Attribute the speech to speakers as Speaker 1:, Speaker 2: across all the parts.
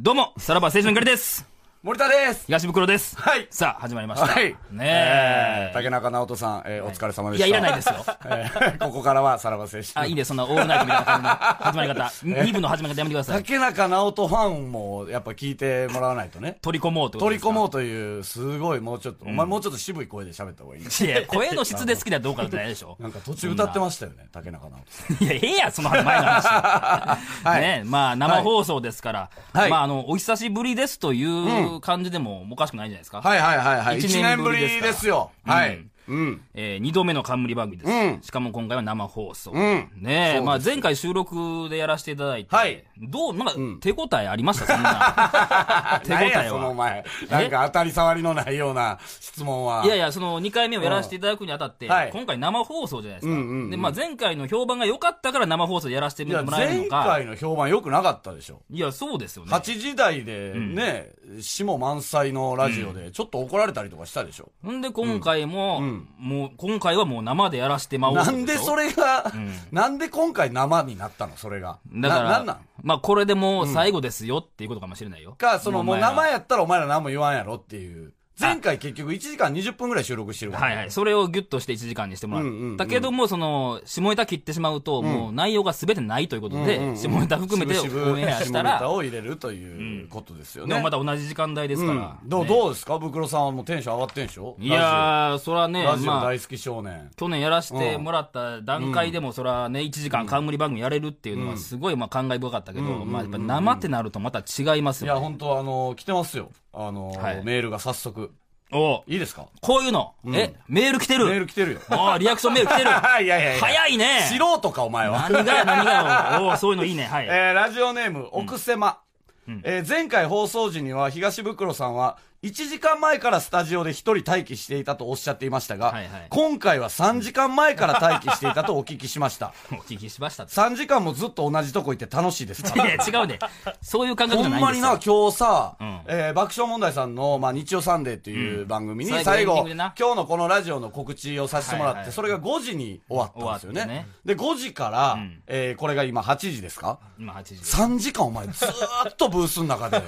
Speaker 1: どうも、さらば青春の光です。
Speaker 2: 森田です
Speaker 1: 東袋です。
Speaker 2: はい
Speaker 1: さあ、始まりました。
Speaker 2: はい
Speaker 1: ねえ。
Speaker 2: 竹中直人さん、えーお疲れ様で
Speaker 1: い
Speaker 2: した
Speaker 1: や、いらないですよ。
Speaker 2: えー ここからはさらば青春
Speaker 1: あ、いいね、そんなオールナイトみたいな感じの始 まり方。2部の始まり方やめてください。
Speaker 2: 竹中直人ファンもやっぱ聞いてもらわないと ね
Speaker 1: 取り込もうってことで
Speaker 2: 取り
Speaker 1: すか
Speaker 2: 込もうというすごいもうちょっと、お前もうちょっと渋い声で喋った 方がいいね
Speaker 1: いや、声の質で好きだどうかじゃないで しょ。
Speaker 2: なんか途中歌ってましたよね竹中直 人さん
Speaker 1: いや、ええや、 その前の話。ね、まあ、生放送ですから、
Speaker 2: はい
Speaker 1: まあ、あの、お久しぶりですという感じでもおかしくないんじゃないですか。
Speaker 2: はいはいはいはい
Speaker 1: 一
Speaker 2: 1
Speaker 1: 年
Speaker 2: 年
Speaker 1: ぶ
Speaker 2: ぶ
Speaker 1: り
Speaker 2: り
Speaker 1: ですから
Speaker 2: ですよ、はい、うん、
Speaker 1: えー、2度目の冠番組です、しかも今回は生放送。ねえ、まあ前回収録でやらせていただいて、
Speaker 2: はい
Speaker 1: どう、なんか手応えありました、そんな。 手応
Speaker 2: 何
Speaker 1: え
Speaker 2: やそのお
Speaker 1: は。
Speaker 2: 前なんか当たり障りのないような質問はい
Speaker 1: やいや、その2回目をやらせていただくにあたって、
Speaker 2: うんはい
Speaker 1: 今回生放送じゃないですか。で、まあ前回の評判が良かったから生放送でやらせて
Speaker 2: い
Speaker 1: も
Speaker 2: や
Speaker 1: らえるの
Speaker 2: 前
Speaker 1: か。
Speaker 2: 回の評判良くなかったでしょ
Speaker 1: いや、そうですよね。
Speaker 2: 8時台でね、下満載のラジオでちょっと怒られたりとかしたでしょ、
Speaker 1: ほんで今回も、もう、今回はもう生でやらせてまおうと
Speaker 2: なんでそれが、なんで今回生になったのそれが。
Speaker 1: だか
Speaker 2: な
Speaker 1: ら、
Speaker 2: なんなん
Speaker 1: まあこれでもう最後ですよっていうことかもしれないよ。
Speaker 2: か、そのもう
Speaker 1: お前ら
Speaker 2: 生やったらお前ら何も言わんやろっていう。前回結局1時間20分ぐらい収録してるから。
Speaker 1: はいはい。それをギュッとして1時間にしてもら
Speaker 2: うんうんう
Speaker 1: っ
Speaker 2: ん
Speaker 1: た。だけども、その、下ネタ切ってしまうと、もう内容が全てないということ
Speaker 2: うんうんう
Speaker 1: で、
Speaker 2: ん
Speaker 1: 下ネタ含めて
Speaker 2: 渋々
Speaker 1: オンエアした
Speaker 2: 下ネタ
Speaker 1: ら、
Speaker 2: を入れるということですよ
Speaker 1: で
Speaker 2: ね。
Speaker 1: もまた同じ時間帯です
Speaker 2: う
Speaker 1: か
Speaker 2: ん
Speaker 1: ら。
Speaker 2: どう、
Speaker 1: ね
Speaker 2: どうですかブクロさんはもうテンション上がってんでしょ
Speaker 1: いやー、そらね、
Speaker 2: ラジオラジオ
Speaker 1: まあ、
Speaker 2: 大好き少年。
Speaker 1: 去年やらせてもらった段階でも、そらね、1時間冠番組やれるっていうのは、すごいまあ感慨深かったけど、まあ、やっぱ生ってなるとまた違います
Speaker 2: いや、
Speaker 1: よね。
Speaker 2: 本当あの、来てますよ。あの、
Speaker 1: はい
Speaker 2: メールが早速。
Speaker 1: おう
Speaker 2: いいですか
Speaker 1: こういうの、え、メール来て
Speaker 2: メール
Speaker 1: る
Speaker 2: 来てるよ。
Speaker 1: ああ、リアクションメール来 てる
Speaker 2: いやいやいや。
Speaker 1: 早いね
Speaker 2: 素人か、お前は。
Speaker 1: 何がや、何がよ。おうそういうのいいね。はい。
Speaker 2: えーラジオネーム、奥瀬間。えー前回放送時には東袋さんは1時間前からスタジオで1人待機していたとおっしゃっていましたが、
Speaker 1: はいはい
Speaker 2: 今回は3時間前から待機していたとお聞きしました。
Speaker 1: お聞きしましたって。
Speaker 2: 3時間もずっと同じとこ行って楽しいですか
Speaker 1: いや、違うね。そういう感覚じ
Speaker 2: ほ
Speaker 1: ゃなんいん
Speaker 2: ま
Speaker 1: です
Speaker 2: に
Speaker 1: よ。
Speaker 2: な、今日さ、
Speaker 1: ん
Speaker 2: えー爆笑問題さんの、まあ、日曜サンデーっていう番組に
Speaker 1: 最後
Speaker 2: 最
Speaker 1: エンディン
Speaker 2: 後、
Speaker 1: グで
Speaker 2: 今
Speaker 1: な
Speaker 2: 日のこのラジオの告知をさせてもらって、
Speaker 1: はいはい
Speaker 2: それが5時に終わったんですよね。
Speaker 1: 終わっ
Speaker 2: で、5時から、
Speaker 1: ん
Speaker 2: えーこれが今8時ですか
Speaker 1: 今8時。
Speaker 2: 3時間お前ずーっとブースの中で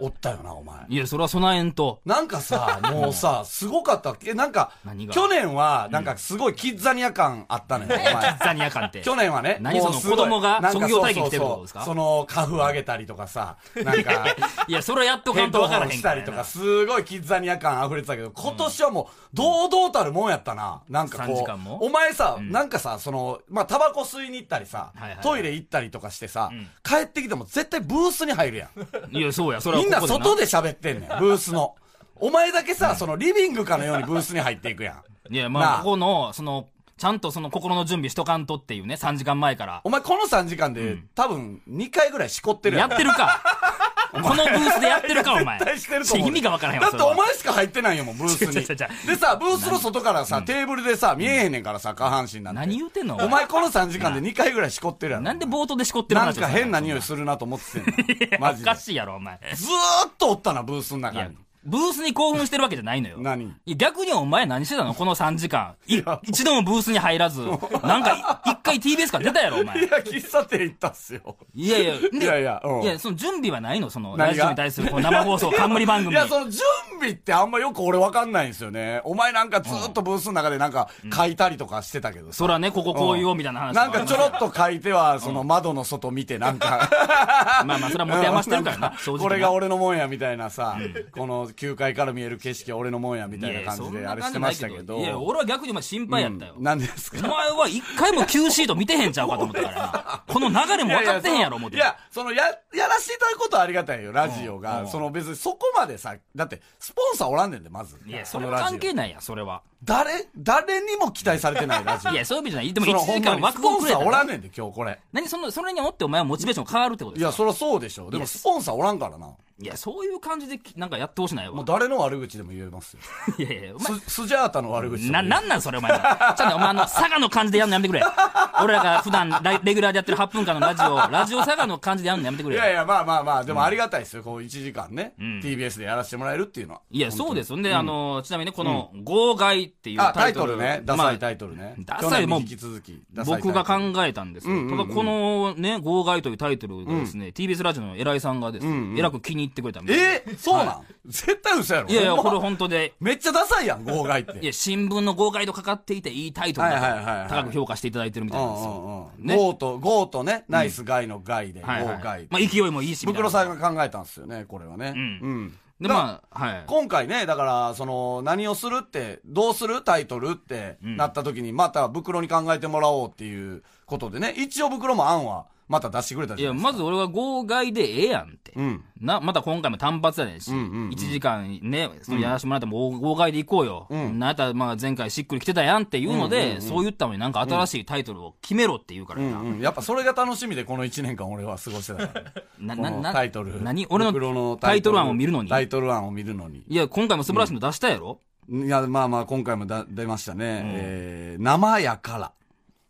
Speaker 2: おったよな、お前。
Speaker 1: いや、それは備えんと。
Speaker 2: なんかさ、もうさ、すごかった。え、なんか
Speaker 1: 何、が
Speaker 2: 去年は、なんかすごいキッザニア感あったのよ、お前。
Speaker 1: ザニアカンって。
Speaker 2: 去年はね、
Speaker 1: 何その
Speaker 2: もうすごい
Speaker 1: 子供が
Speaker 2: なんか
Speaker 1: 職業体験来てるってことですか
Speaker 2: そうそうそうその、花粉あげたりとかさ、なんか、
Speaker 1: いや、それはやっとか
Speaker 2: ヘ
Speaker 1: ん
Speaker 2: ッ
Speaker 1: と
Speaker 2: ド
Speaker 1: わから
Speaker 2: ホ
Speaker 1: へん
Speaker 2: ンし
Speaker 1: か
Speaker 2: た
Speaker 1: らや
Speaker 2: り
Speaker 1: な
Speaker 2: とか、すごいキッザニア感溢れてたけど、今年はもう、堂々たるもんやったな。なんか
Speaker 1: 3時
Speaker 2: こ
Speaker 1: 間も
Speaker 2: う、お前さ、なんかさ、その、まあ、タバコ吸いに行ったりさ
Speaker 1: はいはいはい、
Speaker 2: トイレ行ったりとかしてさ
Speaker 1: ん、
Speaker 2: 帰ってきても絶対ブースに入るやん。
Speaker 1: いや、そうや、それは
Speaker 2: みんな
Speaker 1: ここで
Speaker 2: 外で喋っ てんねん、ブースの。お前だけさ、そのリビングかのようにブースに入っていくやん。
Speaker 1: いや、ま
Speaker 2: な
Speaker 1: あ、
Speaker 2: あ
Speaker 1: ここの、その、ちゃんとその心の準備しとかんとっていうね、3時間前から。
Speaker 2: お前この3時間で、多分2回ぐらいしこってる
Speaker 1: や
Speaker 2: や
Speaker 1: っ
Speaker 2: ん。
Speaker 1: てる か。このブースでやってるか、お前。
Speaker 2: 絶対してると思う。
Speaker 1: 意味がわからへんわ。
Speaker 2: だってお前しか入ってないよ、もうブース
Speaker 1: 違う違う違
Speaker 2: に。
Speaker 1: う
Speaker 2: でさ、ブースの外からさ、テーブルでさ、見えへんねんからさ、下半身なんて。
Speaker 1: 何言うてんのお前
Speaker 2: お前この3時間で2回ぐらいしこってるやん。
Speaker 1: なんで冒頭でしこってる
Speaker 2: なん
Speaker 1: 話を
Speaker 2: か
Speaker 1: する
Speaker 2: 変な匂いするなと思っててんの。マジ
Speaker 1: お
Speaker 2: で
Speaker 1: か。しいやろ、お前。
Speaker 2: ずーっとおったな、ブースの
Speaker 1: い
Speaker 2: 中
Speaker 1: や
Speaker 2: に。、
Speaker 1: ブースに興奮してるわけじゃないのよ。
Speaker 2: 何
Speaker 1: いや逆にお前何してたのこの3時間。い
Speaker 2: いや
Speaker 1: 一度もブースに入ら ず、なんかい一回 TBS から出たやろ、お
Speaker 2: い
Speaker 1: 前。
Speaker 2: や、喫茶店行ったっすよ。
Speaker 1: いやいや、で
Speaker 2: いやいやうん
Speaker 1: いや、その準備はないのその、
Speaker 2: 何が
Speaker 1: ラジオに対するこの生放 送、冠番組。
Speaker 2: いや、その準備ってあんまよく俺わかんないんですよね。お前なんかずっとブースの中でなんか書いたりとかしてたけどさ。
Speaker 1: そらね、こここういうよ、みたいな話。
Speaker 2: なんかちょろっと書いては、その窓の外見てなん か、
Speaker 1: まあまあ、それは持て余してるからな、正直な。
Speaker 2: これが俺のもんやみたいなさ、この9階から見える景色は俺のもんやみたいな感じであれしてましたけど。
Speaker 1: いや、俺は逆にお前心配やったよ。
Speaker 2: うん何です
Speaker 1: お
Speaker 2: か
Speaker 1: 前は一回も Q シート見てへんちゃうかと思った からな。この流れも分かってへんやろ、思って。
Speaker 2: いや、その、や、やらしていただくことはありがたいよ、ラジオ
Speaker 1: う
Speaker 2: が。
Speaker 1: ん
Speaker 2: その別にそこまでさ、だって、スポンサーおらんねんで、まず。
Speaker 1: いや、それは関係ないやん、それは。
Speaker 2: 誰、誰にも期待されてないラジオ。
Speaker 1: いや、そういう意味じゃない。でも
Speaker 2: その
Speaker 1: 1時間枠を
Speaker 2: ほんまに
Speaker 1: くれ
Speaker 2: スポン
Speaker 1: た
Speaker 2: サーおらんねんで、今日これ。
Speaker 1: 何その、それによってお前はモチベーション変わるってこと
Speaker 2: い
Speaker 1: です
Speaker 2: や、
Speaker 1: か
Speaker 2: そりゃそうでしょ。でも、スポンサーおらんからな。も
Speaker 1: いや、そういう感じでき、なんかやってほしないわ
Speaker 2: う。誰の悪口でも言えますよ。
Speaker 1: いやいや、お前、
Speaker 2: ススジャータの悪口でも
Speaker 1: な、
Speaker 2: 言え
Speaker 1: なんなんそれお前ら。ちゃんとお前あの、佐賀の感じでやるのやめてくれ。俺らが普段ライレギュラーでやってる8分間のラジオ、ラジオ佐賀の感じでやるのやめてくれ。
Speaker 2: いやいや、まあまあまあ、あ、でもありがたいですよ、こう1時間ね、TBS でやらせてもらえるっていうのは。
Speaker 1: いや、そうです。んで、あの、ちなみにね、この、号外っていう
Speaker 2: あ、
Speaker 1: タ
Speaker 2: タ
Speaker 1: イ
Speaker 2: イ
Speaker 1: ト
Speaker 2: ト
Speaker 1: ル。
Speaker 2: ルね。ダサい
Speaker 1: まあ
Speaker 2: タイトルね。
Speaker 1: ダサい
Speaker 2: 去年に
Speaker 1: もう
Speaker 2: 引き続き。ダサいタイ
Speaker 1: 僕
Speaker 2: トル
Speaker 1: が考えたんですよ。
Speaker 2: うんうんうん
Speaker 1: ただ、このね、号外というタイトルがですね、TBS ラジオの偉いさんがですね、偉く気に入ってくれたみたいで
Speaker 2: えそうなん、絶対嘘やろ。
Speaker 1: いやいや、
Speaker 2: ほん
Speaker 1: こ
Speaker 2: ま
Speaker 1: れ本当で。
Speaker 2: めっちゃダサいやん、号外って。
Speaker 1: いや、新聞の号外とかかっていていいタイトルだか
Speaker 2: はいはいはいは
Speaker 1: ら
Speaker 2: い
Speaker 1: 高く評価していただいてるみたいなんですよ。
Speaker 2: うんうんうん
Speaker 1: ね
Speaker 2: ゴーと、ゴーとね、ナイスガイのガイで、ゴ
Speaker 1: はいは
Speaker 2: ーガ
Speaker 1: い
Speaker 2: イ。。
Speaker 1: まあ、勢いもいいしみたいな。
Speaker 2: 袋さんが考えたんですよね、これはね。
Speaker 1: ん
Speaker 2: うん
Speaker 1: で、まあ、はい。
Speaker 2: 今回ね、だから、その、何をするって、どうするタイトルってなった時に、また袋に考えてもらおうっていうことでね、一応袋も案は、また出してくれた
Speaker 1: い
Speaker 2: じゃ
Speaker 1: や、
Speaker 2: ないです
Speaker 1: まず俺は号外でええやんって。
Speaker 2: か。うん。
Speaker 1: な、また今回も単発やねんし、
Speaker 2: うんうん
Speaker 1: 1時間ね、そのやらしてもらっても号外で行こうよ。なんやったら、まあ前回しっくり来てたやんっていうので、そう言ったのになんか新しいタイトルを決めろって言うから
Speaker 2: うん
Speaker 1: な。
Speaker 2: うん、やっぱそれが楽しみで、この1年間俺は過ごしてたから。
Speaker 1: な、
Speaker 2: こ
Speaker 1: な、
Speaker 2: の
Speaker 1: な、
Speaker 2: タイトル。
Speaker 1: 何俺
Speaker 2: 袋
Speaker 1: のタイトル案を見るのに。
Speaker 2: タイトル案を見るのに。
Speaker 1: いや、今回も素晴らしいの出したやろ、
Speaker 2: いや、まあまあ、今回もだ出ましたね。えー生やから。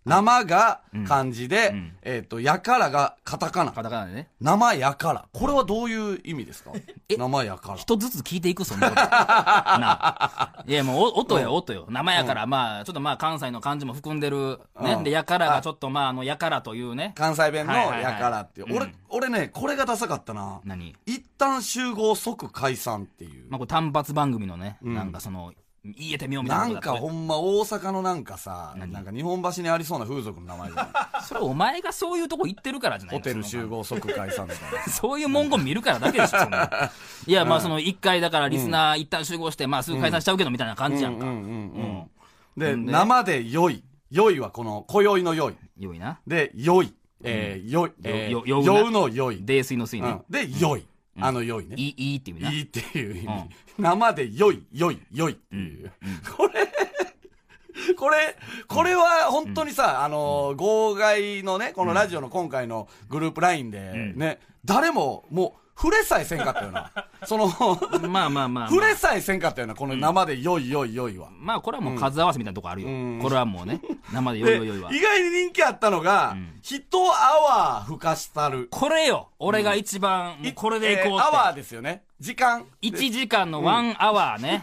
Speaker 2: 生が漢字で、えっ、と、やからがカタカナ。
Speaker 1: カタカナでね。
Speaker 2: 生やから。これはどういう意味ですか
Speaker 1: え
Speaker 2: 生やから。
Speaker 1: 一つずつ聞いていく、そんな こと。なあいや、もう、お音や、音よ。生やから、まあ、ちょっとまあ、関西の漢字も含んでる。
Speaker 2: う
Speaker 1: ね
Speaker 2: ん。
Speaker 1: で、やからがちょっと、まあ、あの、やからというね。
Speaker 2: 関西弁の
Speaker 1: はいはいはい
Speaker 2: やからっていう。
Speaker 1: うん
Speaker 2: 俺、俺ね、これがダサかったな。
Speaker 1: 何
Speaker 2: 一旦集合即解散っていう。
Speaker 1: まあ、これ単発番組のね、なんかその、言えてみようみたい
Speaker 2: な
Speaker 1: なことや
Speaker 2: んか
Speaker 1: こ
Speaker 2: ほんま大阪のなんかさ、なんか日本橋にありそうな風俗の名 前じゃない
Speaker 1: れそれお前がそういうとこ行ってるからじゃない
Speaker 2: ホ
Speaker 1: の
Speaker 2: テル
Speaker 1: その
Speaker 2: 集合即解散みたいな。
Speaker 1: そういう文言見るからだけでしょ、そんな。いや、まあ、その、一回だからリスナー一旦集合して、まあ、すぐ解散しちゃうけど、みたいな感じやんか。
Speaker 2: うんうんうん
Speaker 1: うん。
Speaker 2: で、生で良い。良いはこの、今宵の良い。
Speaker 1: 良いな。
Speaker 2: で、良い。えー、良い。えー
Speaker 1: よよ酔うな
Speaker 2: 酔うの良い。
Speaker 1: 泥酔の水
Speaker 2: う
Speaker 1: ね。
Speaker 2: んで、良い。あの良いね。
Speaker 1: いい、いいって意味な。
Speaker 2: いいっていう意味。生で良い、良い、良いっていう。これ、これ、これは本当にさ、あのー、号外のね、このラジオの今回のグループラインでね、誰ももう触れさえせんかったよな。その、触
Speaker 1: まあまあまあ。
Speaker 2: れさえせんかったよな、この生で良い、良い、良いは。
Speaker 1: まあこれはもう数合わせみたいなとこあるよ。これはもう ね、生でよい
Speaker 2: で
Speaker 1: よいよいは。
Speaker 2: 意外に人気あったのが、一アワーふかしたる。
Speaker 1: これよ俺が一番、もうこれでいこう
Speaker 2: えー
Speaker 1: っ
Speaker 2: ア
Speaker 1: て。
Speaker 2: ワーですよね。時間。
Speaker 1: 1時間の1アワーね。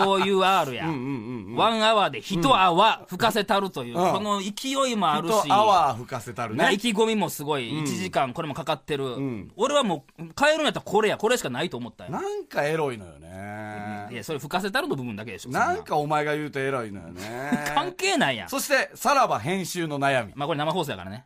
Speaker 1: HOUR や。1アワーで1アワー吹かせたるという、
Speaker 2: うん
Speaker 1: この勢いもあるし。
Speaker 2: 一アワーふかせたる
Speaker 1: な
Speaker 2: ね
Speaker 1: 意。気込みもすごい、1時間これもかかってる、俺はもう変えるんやったらこれやこれしかないと思ったよ
Speaker 2: なんかエロいのよね
Speaker 1: い。やそれ吹かせたるの部分だけでしょそ。
Speaker 2: なんかお前が言うとエロいのよね
Speaker 1: 関係ないやん
Speaker 2: そして、さらば編集の悩み。
Speaker 1: まあこれ生放送やからね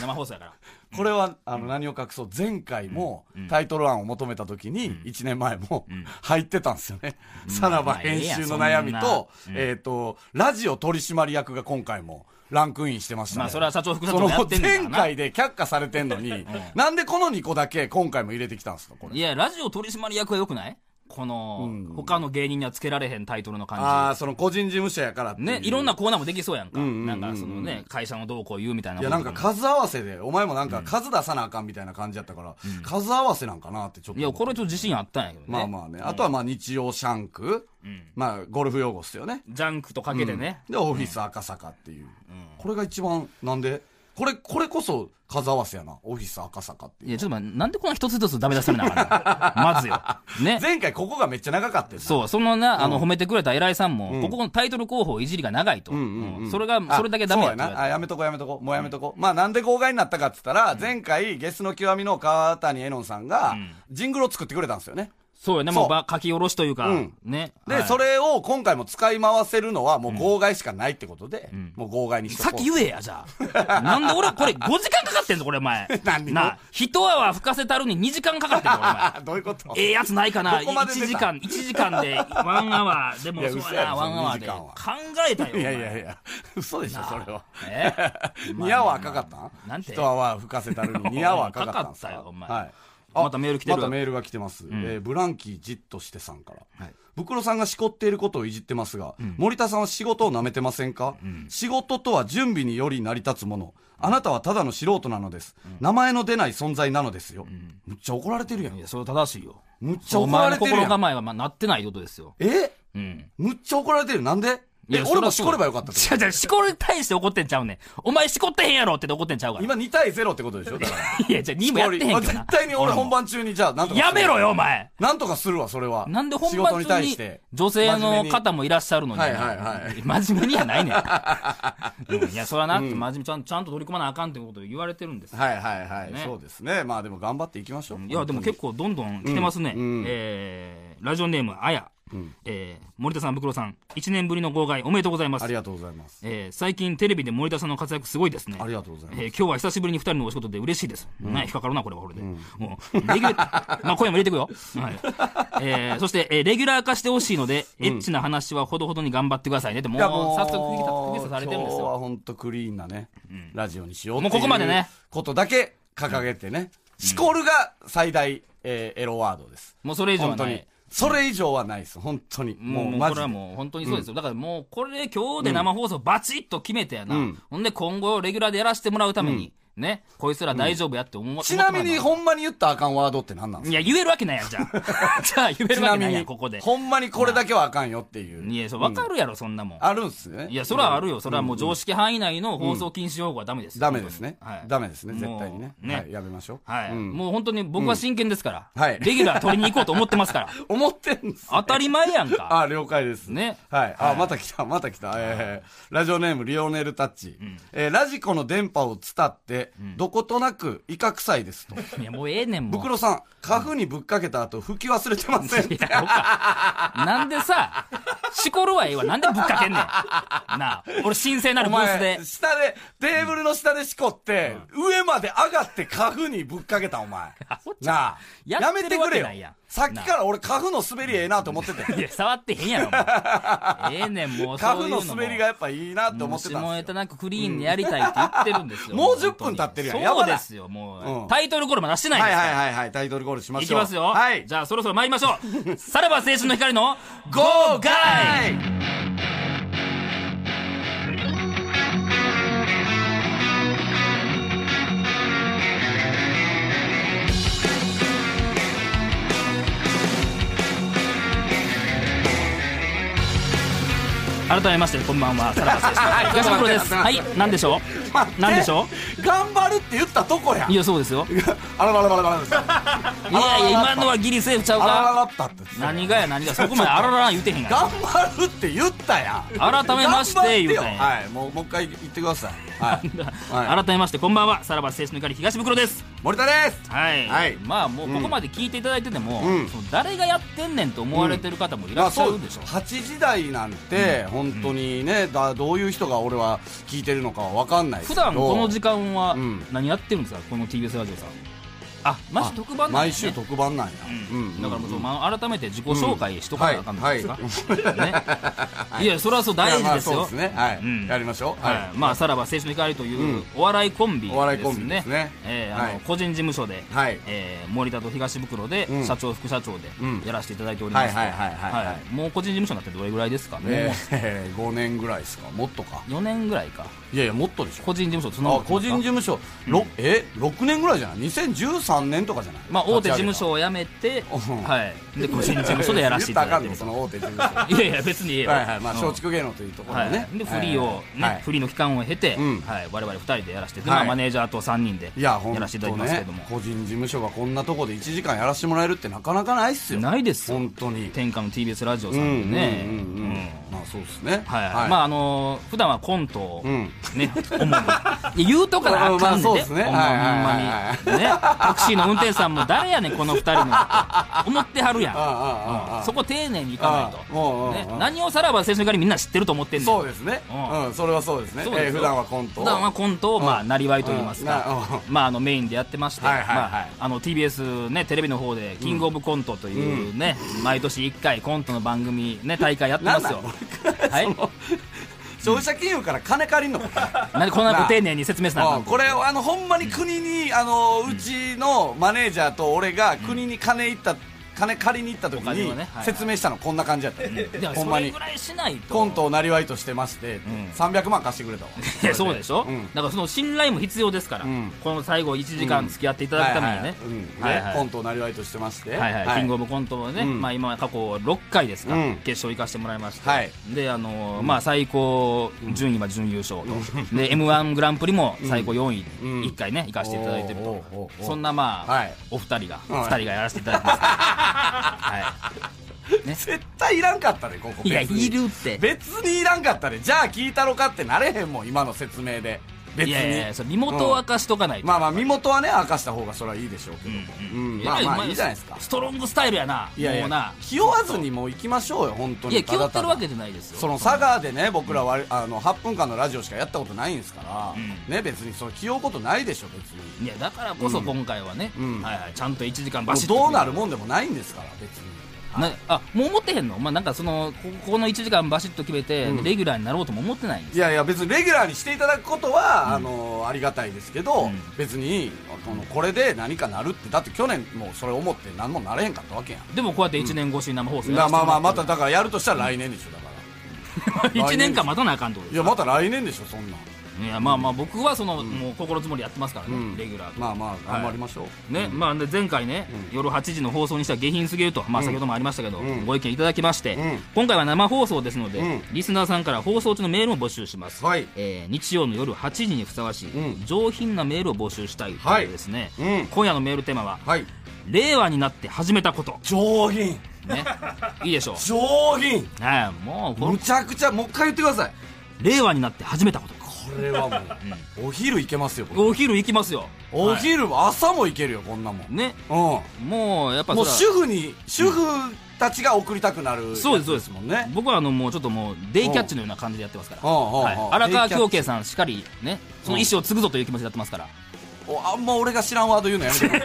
Speaker 1: 生放送 やから
Speaker 2: これは、あの、何を隠そう。前回も、タイトル案を求めたときに、1年前も、入ってたんですよね。さらば編集の悩み
Speaker 1: まあまあ
Speaker 2: と、えっと、ラジオ取締役が今回も、ランクインしてましたね。
Speaker 1: まあそれは社長副社
Speaker 2: そ
Speaker 1: 長
Speaker 2: の
Speaker 1: もやってんねんから
Speaker 2: 前
Speaker 1: な
Speaker 2: 回で却下されてん のに、なんでこの2個だけ今回も入れてきたんですか、これ。
Speaker 1: いや、ラジオ取締役は良くないこの、他の芸人にはつけられへんタイトルの
Speaker 2: あ
Speaker 1: 感
Speaker 2: あ、その個人事務所やからって
Speaker 1: じ。ね、
Speaker 2: う
Speaker 1: いろんなコーナーもできそうやんか。なんか、そのね、会社のどうこう言うみたいな。
Speaker 2: いや、なんか、数合わせで、お前もなんか数出さなあかんみたいな感じやったから、数合わせなんかなってちょっと。
Speaker 1: いや、これちょっと自信あったんやけどね。
Speaker 2: まあまあね。あとはまあ日曜シャンク。まあ、ゴルフ用語っすよね。
Speaker 1: ジャンクとかけてね。
Speaker 2: で、オフィス赤坂っていう。これが一番、なんでこれ、これこそ数合わせやな。オフィス赤坂って
Speaker 1: い
Speaker 2: いう。
Speaker 1: や、ちょっと待って、なんでこんな一つ一つダメ出されなあかん のまずよ。ね。
Speaker 2: 前回ここがめっちゃ長かったよな
Speaker 1: そう、そのな、あの、褒めてくれた偉いさんも、ここのタイトル候補いじりが長いと。うんそれが、
Speaker 2: あ
Speaker 1: それだけダメや
Speaker 2: そう
Speaker 1: って言われた
Speaker 2: な。あ、やめとこうやめとこう。もうやめとこう。まあなんで号外になったかっつったら、前回、ゲスの極みの川谷絵音さんが、ジングルを作ってくれたんですよね。
Speaker 1: そうやね、
Speaker 2: そう
Speaker 1: もうば書き下ろしというか
Speaker 2: うん、
Speaker 1: ね。
Speaker 2: で、
Speaker 1: はい
Speaker 2: それを今回も使い回せるのはもう号外しかないってことで、もう号外にしとこ
Speaker 1: さ
Speaker 2: う。
Speaker 1: っき言えや、じゃあ。なんで俺、これ5時間かかってんぞ、これ、お前
Speaker 2: 何を
Speaker 1: なあ、一泡吹かせたるに2時間かかってんぞ、
Speaker 2: あ
Speaker 1: お
Speaker 2: どういうこと
Speaker 1: 前。ええやつないかな
Speaker 2: どこまで出
Speaker 1: 1
Speaker 2: た
Speaker 1: 時間、一時間で、ワンアワー、で
Speaker 2: い
Speaker 1: も
Speaker 2: や
Speaker 1: そう
Speaker 2: 嘘や
Speaker 1: やな、
Speaker 2: ろ
Speaker 1: ワンアワー
Speaker 2: そ
Speaker 1: で。
Speaker 2: の
Speaker 1: 考えたよ、お前
Speaker 2: いやいやいや、嘘でしょ、それは。
Speaker 1: え
Speaker 2: 2アワーかかった
Speaker 1: んなんて
Speaker 2: 1アワー吹かせたるに2アワー かかったんす
Speaker 1: かかったよお前
Speaker 2: はい。あ
Speaker 1: またメール来てる
Speaker 2: またメールが来てます。えーブランキーじっとしてさんから。
Speaker 1: はい
Speaker 2: ブクロさんがしこっていることをいじってますが、森田さんは仕事を舐めてませんか、仕事とは準備により成り立つもの。あなたはただの素人なのです。名前の出ない存在なのですよ。むっちゃ怒られてるや
Speaker 1: い
Speaker 2: ん。
Speaker 1: や、それ正しいよ。
Speaker 2: むっちゃ
Speaker 1: お
Speaker 2: 怒ら
Speaker 1: 前
Speaker 2: れ
Speaker 1: の
Speaker 2: てる
Speaker 1: 心
Speaker 2: やん。
Speaker 1: 構えは、まあ、なってないことですよ。
Speaker 2: え
Speaker 1: うん。
Speaker 2: むっちゃ怒られてる。なんで
Speaker 1: いや
Speaker 2: え
Speaker 1: そ
Speaker 2: 俺
Speaker 1: り
Speaker 2: も
Speaker 1: ゃそ
Speaker 2: し
Speaker 1: う
Speaker 2: こればよかったってこ
Speaker 1: 違う違う、しこりに対して怒ってんちゃうねん。お前しこってへんやろって怒ってんちゃうか
Speaker 2: と
Speaker 1: ら。
Speaker 2: 今2対0ってことでしょだから。
Speaker 1: いや、じゃあ2もやってへんけどな。
Speaker 2: 絶対に俺本番中にじゃあ、なんとかする
Speaker 1: やめろよ、お前
Speaker 2: なんとかするわ、それは。
Speaker 1: なんで本
Speaker 2: 仕事
Speaker 1: 番
Speaker 2: に
Speaker 1: 中
Speaker 2: 対し
Speaker 1: に
Speaker 2: て。
Speaker 1: 女性の方もいらっしゃるのにな。
Speaker 2: はいはいはい
Speaker 1: 真面目にはないね ん。うんいや、それはな、真面目ちゃん、ちゃんと取り組まなあかんってこと言われてるんです。
Speaker 2: はいはいはい、
Speaker 1: ね
Speaker 2: そうですね。まあでも頑張っていきましょう。
Speaker 1: いや、でも結構どんどん来てますね。
Speaker 2: うんうん
Speaker 1: えーラジオネーム、あや。えー森田さん、ブクロさん、1年ぶりの号外おめでとうございます
Speaker 2: あ。りがとうございます。
Speaker 1: えー最近テレビで森田さんの活躍すごいですね。
Speaker 2: ありがとうございます
Speaker 1: えー今日は久しぶりに二人のお仕事で嬉しいです。な引っかかるな、これはこれで。もう、レギュラー、 まあ、声も入れてくよ。はい。えーそして、えーレギュラー化してほしいので、エッチな話はほどほどに頑張ってくださいねって、もう、
Speaker 2: いや
Speaker 1: 早速、クリスされてるんです
Speaker 2: 今日は
Speaker 1: よ。
Speaker 2: 本当クリーンなね、ラジオにしよう
Speaker 1: もうここまでね。
Speaker 2: ことだけ掲げてね。シコルが最大、えーエロワードです。
Speaker 1: もうそれ以上は
Speaker 2: 本当
Speaker 1: な
Speaker 2: に
Speaker 1: い。。
Speaker 2: それ以上はないです。本当に。
Speaker 1: もう、
Speaker 2: もう
Speaker 1: もう
Speaker 2: マ
Speaker 1: これ
Speaker 2: ジで
Speaker 1: は。もう本当にそうですよ。だからもう、これ今日で生放送バチッと決めてやな。
Speaker 2: うん
Speaker 1: ほんで、今後、レギュラーでやらせてもらうために、ね、こいつら大丈夫やって思思って
Speaker 2: ち
Speaker 1: もら
Speaker 2: な
Speaker 1: うの
Speaker 2: みに、ほんまに言ったらあかんワードって何なんです
Speaker 1: い
Speaker 2: か
Speaker 1: や、言えるわけないやん、じゃ あ。じゃあ、言え
Speaker 2: ち
Speaker 1: る
Speaker 2: な
Speaker 1: わけ
Speaker 2: み
Speaker 1: ないや
Speaker 2: に、
Speaker 1: ん、ここで。
Speaker 2: ほんまにこれだけはあかんよっていう。
Speaker 1: いや、そう、わかるやろ、そんなもん。
Speaker 2: あるんすね。
Speaker 1: いや、それはあるよ。それはもう常識範囲内の放送禁止用語はダメですよ。
Speaker 2: ダメですね
Speaker 1: 本当には。い
Speaker 2: ダメですね。絶対にね
Speaker 1: も。うね
Speaker 2: はい、やめましょう。
Speaker 1: はい。
Speaker 2: うん
Speaker 1: もう本当に僕は真剣ですから。
Speaker 2: うんはい
Speaker 1: レギュラー取りに行こうと思ってます から。
Speaker 2: 思ってんすね
Speaker 1: 当たり前やんか。
Speaker 2: あ、了解です。
Speaker 1: ね
Speaker 2: はい。あ、また来た、また来た。えーラジオネーム、リオネルタッチ。えーラジコの電波を伝って、どことなく威嚇臭いですと。
Speaker 1: いや、もうええねん、もう。
Speaker 2: ブクロさん、カフにぶっかけた後、拭き忘れてません
Speaker 1: い。や、ほか。なんでさ、しこるはええわ。なんでぶっかけんねん。なあ、俺神聖な
Speaker 2: お
Speaker 1: るブースで
Speaker 2: 前、。下で、テーブルの下でしこって、上まで上がってカフにぶっかけた、お前
Speaker 1: ホ。ちゃん
Speaker 2: なあ、
Speaker 1: や
Speaker 2: や
Speaker 1: っ
Speaker 2: め
Speaker 1: て
Speaker 2: て
Speaker 1: る
Speaker 2: く
Speaker 1: わ
Speaker 2: れ
Speaker 1: け
Speaker 2: よ
Speaker 1: ないやん。
Speaker 2: さっきから俺、カフの滑りええなと思ってて。
Speaker 1: いや、触ってへんやろ、もう。ええねん、もう。
Speaker 2: カ
Speaker 1: そうい
Speaker 2: フ
Speaker 1: うも
Speaker 2: の滑りがやっぱいいなって思ってたん
Speaker 1: 下
Speaker 2: で
Speaker 1: ネ
Speaker 2: す
Speaker 1: タ
Speaker 2: よ。
Speaker 1: なくクリーンにやりたいって言ってるんですよ。
Speaker 2: もう
Speaker 1: 本当に
Speaker 2: 10分経ってるやんやば
Speaker 1: そう
Speaker 2: ない
Speaker 1: ですよ、
Speaker 2: う
Speaker 1: も
Speaker 2: ん
Speaker 1: う。タイトルコールも出してない
Speaker 2: は
Speaker 1: で
Speaker 2: い
Speaker 1: すか
Speaker 2: はい
Speaker 1: ら。
Speaker 2: はいはい、タイトルコールしま
Speaker 1: い
Speaker 2: し
Speaker 1: き
Speaker 2: ょう。
Speaker 1: ますよ。
Speaker 2: はい。
Speaker 1: じゃあそろそろ参りましょう。 さらば青春の光の
Speaker 2: GO
Speaker 1: ゴーガイ
Speaker 2: ガイ
Speaker 1: 改めまして、こんばんは。さらば青春の光東袋です。は
Speaker 2: はい
Speaker 1: い、なんでしょ
Speaker 2: 待って
Speaker 1: うなんでしょ
Speaker 2: 頑張るって言ったとこやん
Speaker 1: ういや、そうですよ。い
Speaker 2: あららららららです
Speaker 1: やいや、今のはギリセーフちゃう
Speaker 2: あらら
Speaker 1: か。
Speaker 2: らったって
Speaker 1: 何がや何が、そこまであららら言うてへんが
Speaker 2: 頑張るって言ったやん
Speaker 1: 改めまして言う
Speaker 2: 頑張
Speaker 1: た
Speaker 2: っ
Speaker 1: ん
Speaker 2: て
Speaker 1: や
Speaker 2: よはいもうもう一回言ってくださいはい、はい、
Speaker 1: な。改めまして、こんばんは。さらば青春の光東袋です。
Speaker 2: 森田です
Speaker 1: はい、
Speaker 2: はい
Speaker 1: まあもうここまで聞いていただいてても、
Speaker 2: うん
Speaker 1: その誰がやってんねんと思われてる方もいらっしゃるでしょ、
Speaker 2: 8時台なんて本当にね、だどういう人が俺は聞いてるのかは分かんないで
Speaker 1: 普
Speaker 2: すけど
Speaker 1: 段この時間は
Speaker 2: うん
Speaker 1: 何やってるんですか、この TBS ラジオさんあ毎週特番なん
Speaker 2: 毎
Speaker 1: です
Speaker 2: 週
Speaker 1: ね
Speaker 2: 特番なんや、
Speaker 1: う
Speaker 2: うん
Speaker 1: んだからもうそう、まあ、改めて自己紹介しとかなあかんの
Speaker 2: はい
Speaker 1: ですか、 ねい、やそれはそう大
Speaker 2: い
Speaker 1: 事
Speaker 2: やまあ
Speaker 1: ですよ
Speaker 2: そうですねはい、
Speaker 1: うん
Speaker 2: やりましょう
Speaker 1: はいまあ、さらば青春の怒りというお笑いコンビですね,、
Speaker 2: お笑いコンビですね
Speaker 1: えーあの
Speaker 2: はい
Speaker 1: 個人事務所で、
Speaker 2: はい
Speaker 1: えー森田と東袋で、
Speaker 2: うん
Speaker 1: 社長副社長
Speaker 2: うん
Speaker 1: でやらせていただいておりますけど
Speaker 2: はいはいはいはいはい
Speaker 1: はいもう個人事務所になってどれぐらいですかね、
Speaker 2: えー、5年 ぐらいですかもっとか
Speaker 1: もう4年ぐらいか
Speaker 2: いやいやもっとでしょ
Speaker 1: 個人事務所そ
Speaker 2: あ
Speaker 1: の
Speaker 2: 個人事務所、ろえ6年ぐらいじゃない2013年とかじゃない
Speaker 1: まあ大手事務所を辞めて、
Speaker 2: うん
Speaker 1: はい、で個人事務所でやらせていただいてる
Speaker 2: 言ったらあかんのその大手事務 所
Speaker 1: いやいや別にええよ
Speaker 2: はいはいまあ
Speaker 1: うん
Speaker 2: 松竹芸能というところ
Speaker 1: は
Speaker 2: で
Speaker 1: い
Speaker 2: ね、
Speaker 1: でフリーを、ね
Speaker 2: はいはい
Speaker 1: フリーの期間を経て、
Speaker 2: うん
Speaker 1: はい、我々二人でやらせて、
Speaker 2: はい
Speaker 1: まあマネージャーと三人で
Speaker 2: いや
Speaker 1: や
Speaker 2: 本
Speaker 1: らせていた
Speaker 2: 当
Speaker 1: だきますけども
Speaker 2: ね、個人事務所がこんなとこで1時間やらせてもらえるってなかなかないっすよ
Speaker 1: ないですよ
Speaker 2: 本当に
Speaker 1: 天下の TBS ラジオ
Speaker 2: う
Speaker 1: さ
Speaker 2: んうん
Speaker 1: んでね、
Speaker 2: うんうん
Speaker 1: うん
Speaker 2: まあそうですね
Speaker 1: はいまああのー普段はコントを
Speaker 2: うん
Speaker 1: ね、主にいや言うとかなあかんねん
Speaker 2: まあそう
Speaker 1: で、
Speaker 2: ですね
Speaker 1: ほんま
Speaker 2: はいはい
Speaker 1: ほんまにねタクシーの運転手さんも誰やねんこの二人のって思ってはるやん
Speaker 2: ああああああ
Speaker 1: そこ丁寧にいかない
Speaker 2: ああ
Speaker 1: と
Speaker 2: もううん
Speaker 1: ね
Speaker 2: うん
Speaker 1: 何をさらば青春の光みんな知ってると思ってんねん
Speaker 2: そうですね
Speaker 1: うん
Speaker 2: うんそれはそうですね
Speaker 1: そうです
Speaker 2: え
Speaker 1: よ
Speaker 2: ー普段はコントを
Speaker 1: 普段はコントを、まあ、なりわいと言います
Speaker 2: うんな
Speaker 1: か、まあ、あのメインでやってまして、
Speaker 2: はいはいはい
Speaker 1: まあ、あの TBS ね、テレビの方で、キングオブコントというね、毎年1回コントの番組ね、大会やってますよ。はい。
Speaker 2: 消費者金融から金借りんの
Speaker 1: なんでこんなご丁寧に説明しなあか
Speaker 2: あ
Speaker 1: んの
Speaker 2: これあのほんまに国に、あのうちのマネージャーと俺が国に金行った金借りに行った時
Speaker 1: お金は
Speaker 2: に
Speaker 1: ねはい
Speaker 2: 説明したのこんな感じやった、
Speaker 1: でも
Speaker 2: ほ
Speaker 1: そ
Speaker 2: んま
Speaker 1: れ
Speaker 2: に
Speaker 1: ぐらいしないと
Speaker 2: コントをなりわいとしてまして、300万貸してくれたわ
Speaker 1: いやそうでしょ、
Speaker 2: うん
Speaker 1: だからその信頼も必要ですから、
Speaker 2: ん
Speaker 1: この最後1時間付き合っていただくためにね
Speaker 2: はいはいうん
Speaker 1: はいはい
Speaker 2: でコントをなりわいとしてまして、
Speaker 1: はいはいキングオブコントをね、
Speaker 2: ん
Speaker 1: まあ、今過去6回ですか、
Speaker 2: うん
Speaker 1: 決勝行かせてもらいまして、
Speaker 2: はい
Speaker 1: であのーまあ、最高順位は準優勝と、 で m 1グランプリも最高4位、
Speaker 2: うん
Speaker 1: 1回ね行かせていただいてると、
Speaker 2: おーおーおーおー
Speaker 1: そんなまあ、
Speaker 2: はい
Speaker 1: お二人が、
Speaker 2: はい
Speaker 1: 二人がやらせていただいて ます、は
Speaker 2: 絶対いらんかったでここ
Speaker 1: い、いや
Speaker 2: 別に
Speaker 1: いるって
Speaker 2: 別にいらんかったでじゃあ聞いたろかってなれへんもん今の説明で別
Speaker 1: い
Speaker 2: に
Speaker 1: やいやいやそれ身元を明かしとかないと、
Speaker 2: まあまあ身元はね明かした方がそれはいいでしょうけども
Speaker 1: う
Speaker 2: うんまあまあいいじゃないですか
Speaker 1: ストロングスタイルやない
Speaker 2: やい
Speaker 1: もう
Speaker 2: や
Speaker 1: な
Speaker 2: 気負わずにもう行きましょうよ本当
Speaker 1: い
Speaker 2: に
Speaker 1: や気負ってるわけ
Speaker 2: で
Speaker 1: じゃないですよ
Speaker 2: その佐賀でね僕らはあの8分間のラジオしかやったことないんですからね別にその気負うことないでしょ別に
Speaker 1: いやだからこそ今回はね、
Speaker 2: うん
Speaker 1: はいはい、ちゃんと1時間
Speaker 2: も
Speaker 1: バシ
Speaker 2: う
Speaker 1: ッと
Speaker 2: どうなるもんでもないんですから別に
Speaker 1: なあもう思ってへんの、まあ、なんかそのここの1時間バシッと決めて、レギュラーになろうとも思ってないんです
Speaker 2: いやいや別にレギュラーにしていただくことは、あのありがたいですけど、
Speaker 1: ん
Speaker 2: 別にこのこれで何かなるってだって去年もうそれ思って何もなれへんかったわけやん
Speaker 1: でもこうやって1年越しに生放送
Speaker 2: だからまあまあま
Speaker 1: た
Speaker 2: ただからやるとしたら来年でしょだか ら、
Speaker 1: 1年間待たなあかんってこと
Speaker 2: い
Speaker 1: で
Speaker 2: やまた来年でしょそんな
Speaker 1: す
Speaker 2: ん
Speaker 1: いやまあまあ僕はその、もう心積もりやってますからね、
Speaker 2: うん
Speaker 1: レギュラーと、
Speaker 2: まあまあ頑張りましょう、
Speaker 1: ねまあ、で前回ね、夜8時の放送にしては下品すぎると、まあ、先ほどもありましたけど、
Speaker 2: ん
Speaker 1: ご意見いただきまして、
Speaker 2: うん
Speaker 1: 今回は生放送ですので、
Speaker 2: うん
Speaker 1: リスナーさんから放送中のメールを募集します、
Speaker 2: はい
Speaker 1: えー日曜の夜8時にふさわしい、
Speaker 2: うん
Speaker 1: 上品なメールを募集したいということですね、
Speaker 2: はいうん
Speaker 1: 今夜のメールテーマは
Speaker 2: はい
Speaker 1: 「令和になって始めたこと
Speaker 2: 上品」
Speaker 1: ねいいでしょう
Speaker 2: 上品
Speaker 1: はい、もうこ
Speaker 2: む
Speaker 1: の
Speaker 2: ちゃくちゃもう一回言ってください
Speaker 1: 令和になって始めたこと
Speaker 2: これはもう、お昼いけますよこれ
Speaker 1: お昼行きますよ
Speaker 2: お
Speaker 1: は
Speaker 2: 昼、朝もいけるよこんなもん
Speaker 1: いね
Speaker 2: うん
Speaker 1: もうやっぱ
Speaker 2: もう
Speaker 1: それ
Speaker 2: 主
Speaker 1: は
Speaker 2: 婦に主婦たちが送りたくなる
Speaker 1: そうですそうです
Speaker 2: もんね
Speaker 1: 僕はあのもうちょっともうデイキャッチのような感じでやってますから
Speaker 2: うんうんうん
Speaker 1: はい、荒川京慶さんしかりねその意思を継ぐぞという気持ちでやってますから
Speaker 2: おあんま俺が知らんワード言うのやめてくれ
Speaker 1: い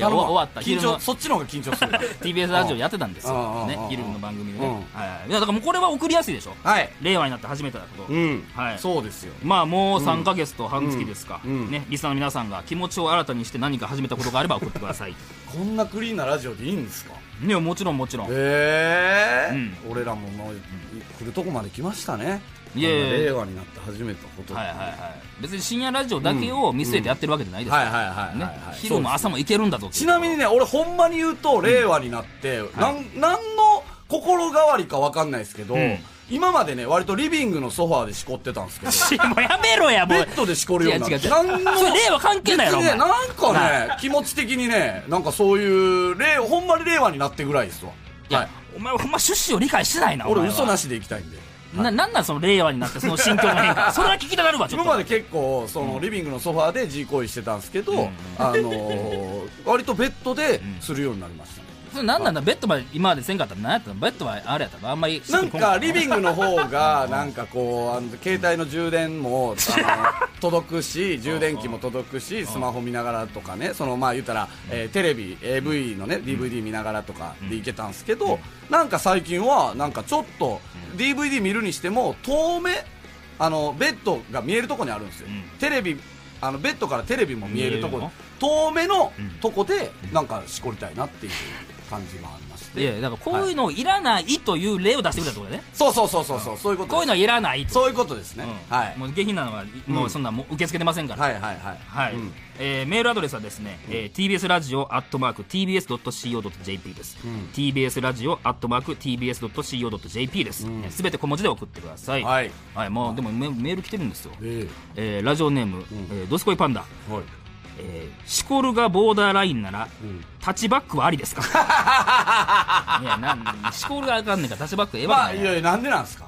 Speaker 1: や
Speaker 2: 頼むわ
Speaker 1: 終わった
Speaker 2: 緊
Speaker 1: 昼の
Speaker 2: 張そっちの方が緊張す る
Speaker 1: TBS ラジオやってたんです
Speaker 2: うんう
Speaker 1: よ、
Speaker 2: んうん
Speaker 1: ね
Speaker 2: うん、
Speaker 1: 昼の番組で
Speaker 2: うん
Speaker 1: ね、はい、いやだからもうこれは送りやすいでしょ
Speaker 2: はい
Speaker 1: 令和になって初めてだこと、
Speaker 2: うん、
Speaker 1: はい
Speaker 2: そうですよ
Speaker 1: まあもう3か月と半月ですか、
Speaker 2: うんうん
Speaker 1: ね、リスナーの皆さんが気持ちを新たにして何か始めたことがあれば送ってください
Speaker 2: こんなクリーンなラジオでいいんですか
Speaker 1: いやもちろんもちろん
Speaker 2: ええ
Speaker 1: う
Speaker 2: 俺らももう、来るとこまで来ましたね
Speaker 1: いやいやいや
Speaker 2: 令和になって初めてこと
Speaker 1: はいはいはい、別に深夜ラジオだけを見据えてやってるわけじゃないですか
Speaker 2: はい
Speaker 1: ら、
Speaker 2: はいはい
Speaker 1: ね
Speaker 2: はいはい
Speaker 1: 昼も朝もいけるんだぞっていう
Speaker 2: ちなみにね、俺ほんまに言うと、令和になって、なん、なんの心変わりかわかんないですけど、
Speaker 1: うん
Speaker 2: 今までね、割とリビングのソファーでしこってたんですけど、
Speaker 1: しもうやめろやもう
Speaker 2: ベッドでしこるようになって、
Speaker 1: 違う違う違う
Speaker 2: なんの
Speaker 1: それ令和関係ないやろお
Speaker 2: 別にね
Speaker 1: 前
Speaker 2: なんかね、気持ち的にね、なんかそういう、令ほんまに令和になってぐらいですわ。
Speaker 1: いや、
Speaker 2: はい。
Speaker 1: お前ほんま趣旨を理解してないなお
Speaker 2: 俺
Speaker 1: 前は
Speaker 2: 嘘なしで行きたいんで。
Speaker 1: ななんなんその令和になってその心境の変 化それは聞きたがるわちょ
Speaker 2: 今
Speaker 1: っと
Speaker 2: まで結構そのリビングのソファーで G 行為してたんですけど、
Speaker 1: うんうん
Speaker 2: あのー割とベッドでするようになりましたね、
Speaker 1: それなんなんだベッドまで今までせんかったら何やったのベッドはあれやったのあんまり
Speaker 2: なんかリ
Speaker 1: ン
Speaker 2: ビングの方がなんかこうあの携帯の充電もあの届くし充電器も届くしスマホ見ながらとかねそのまあ言ったらえーテレビ AV のね DVD 見ながらとかでいけたんですけどなんか最近はなんかちょっと DVD 見るにしても遠目あのベッドが見えるとこにあるんですよ
Speaker 1: うん
Speaker 2: テレビあのベッドからテレビも見えると
Speaker 1: 見え
Speaker 2: こ
Speaker 1: る
Speaker 2: 遠目の
Speaker 1: うん
Speaker 2: とこでなんかしこりたいなっていう感じがありまして
Speaker 1: いやいやだからこういうのをいらないという例を出してくれたってことだね
Speaker 2: そうそうそうそうそうそういうことです
Speaker 1: こういうのはいらないと、
Speaker 2: そういうことですね。
Speaker 1: うん
Speaker 2: はい。
Speaker 1: もう下品なのはもうそんなもう受け付けてませんから、
Speaker 2: はいはいはい。
Speaker 1: はい
Speaker 2: うん
Speaker 1: えーメールアドレスはですね、えー TBS ラジオアットマーク TBS.CO.JP です、TBS ラジオアットマーク TBS.CO.JP です、えーすべて小文字で送ってください
Speaker 2: はい、
Speaker 1: はい、もうでもメメール来てるんですよ、
Speaker 2: え
Speaker 1: えーラジオネーム、えードスコイパンダ、
Speaker 2: えはい。
Speaker 1: えーシコルがボーダーラインなら、タッチバックはありですか いやなんシコルがあかんねんからタッチバックええ
Speaker 2: ま
Speaker 1: わ
Speaker 2: あ、
Speaker 1: け
Speaker 2: い
Speaker 1: ないや
Speaker 2: やいや、なんでなんですか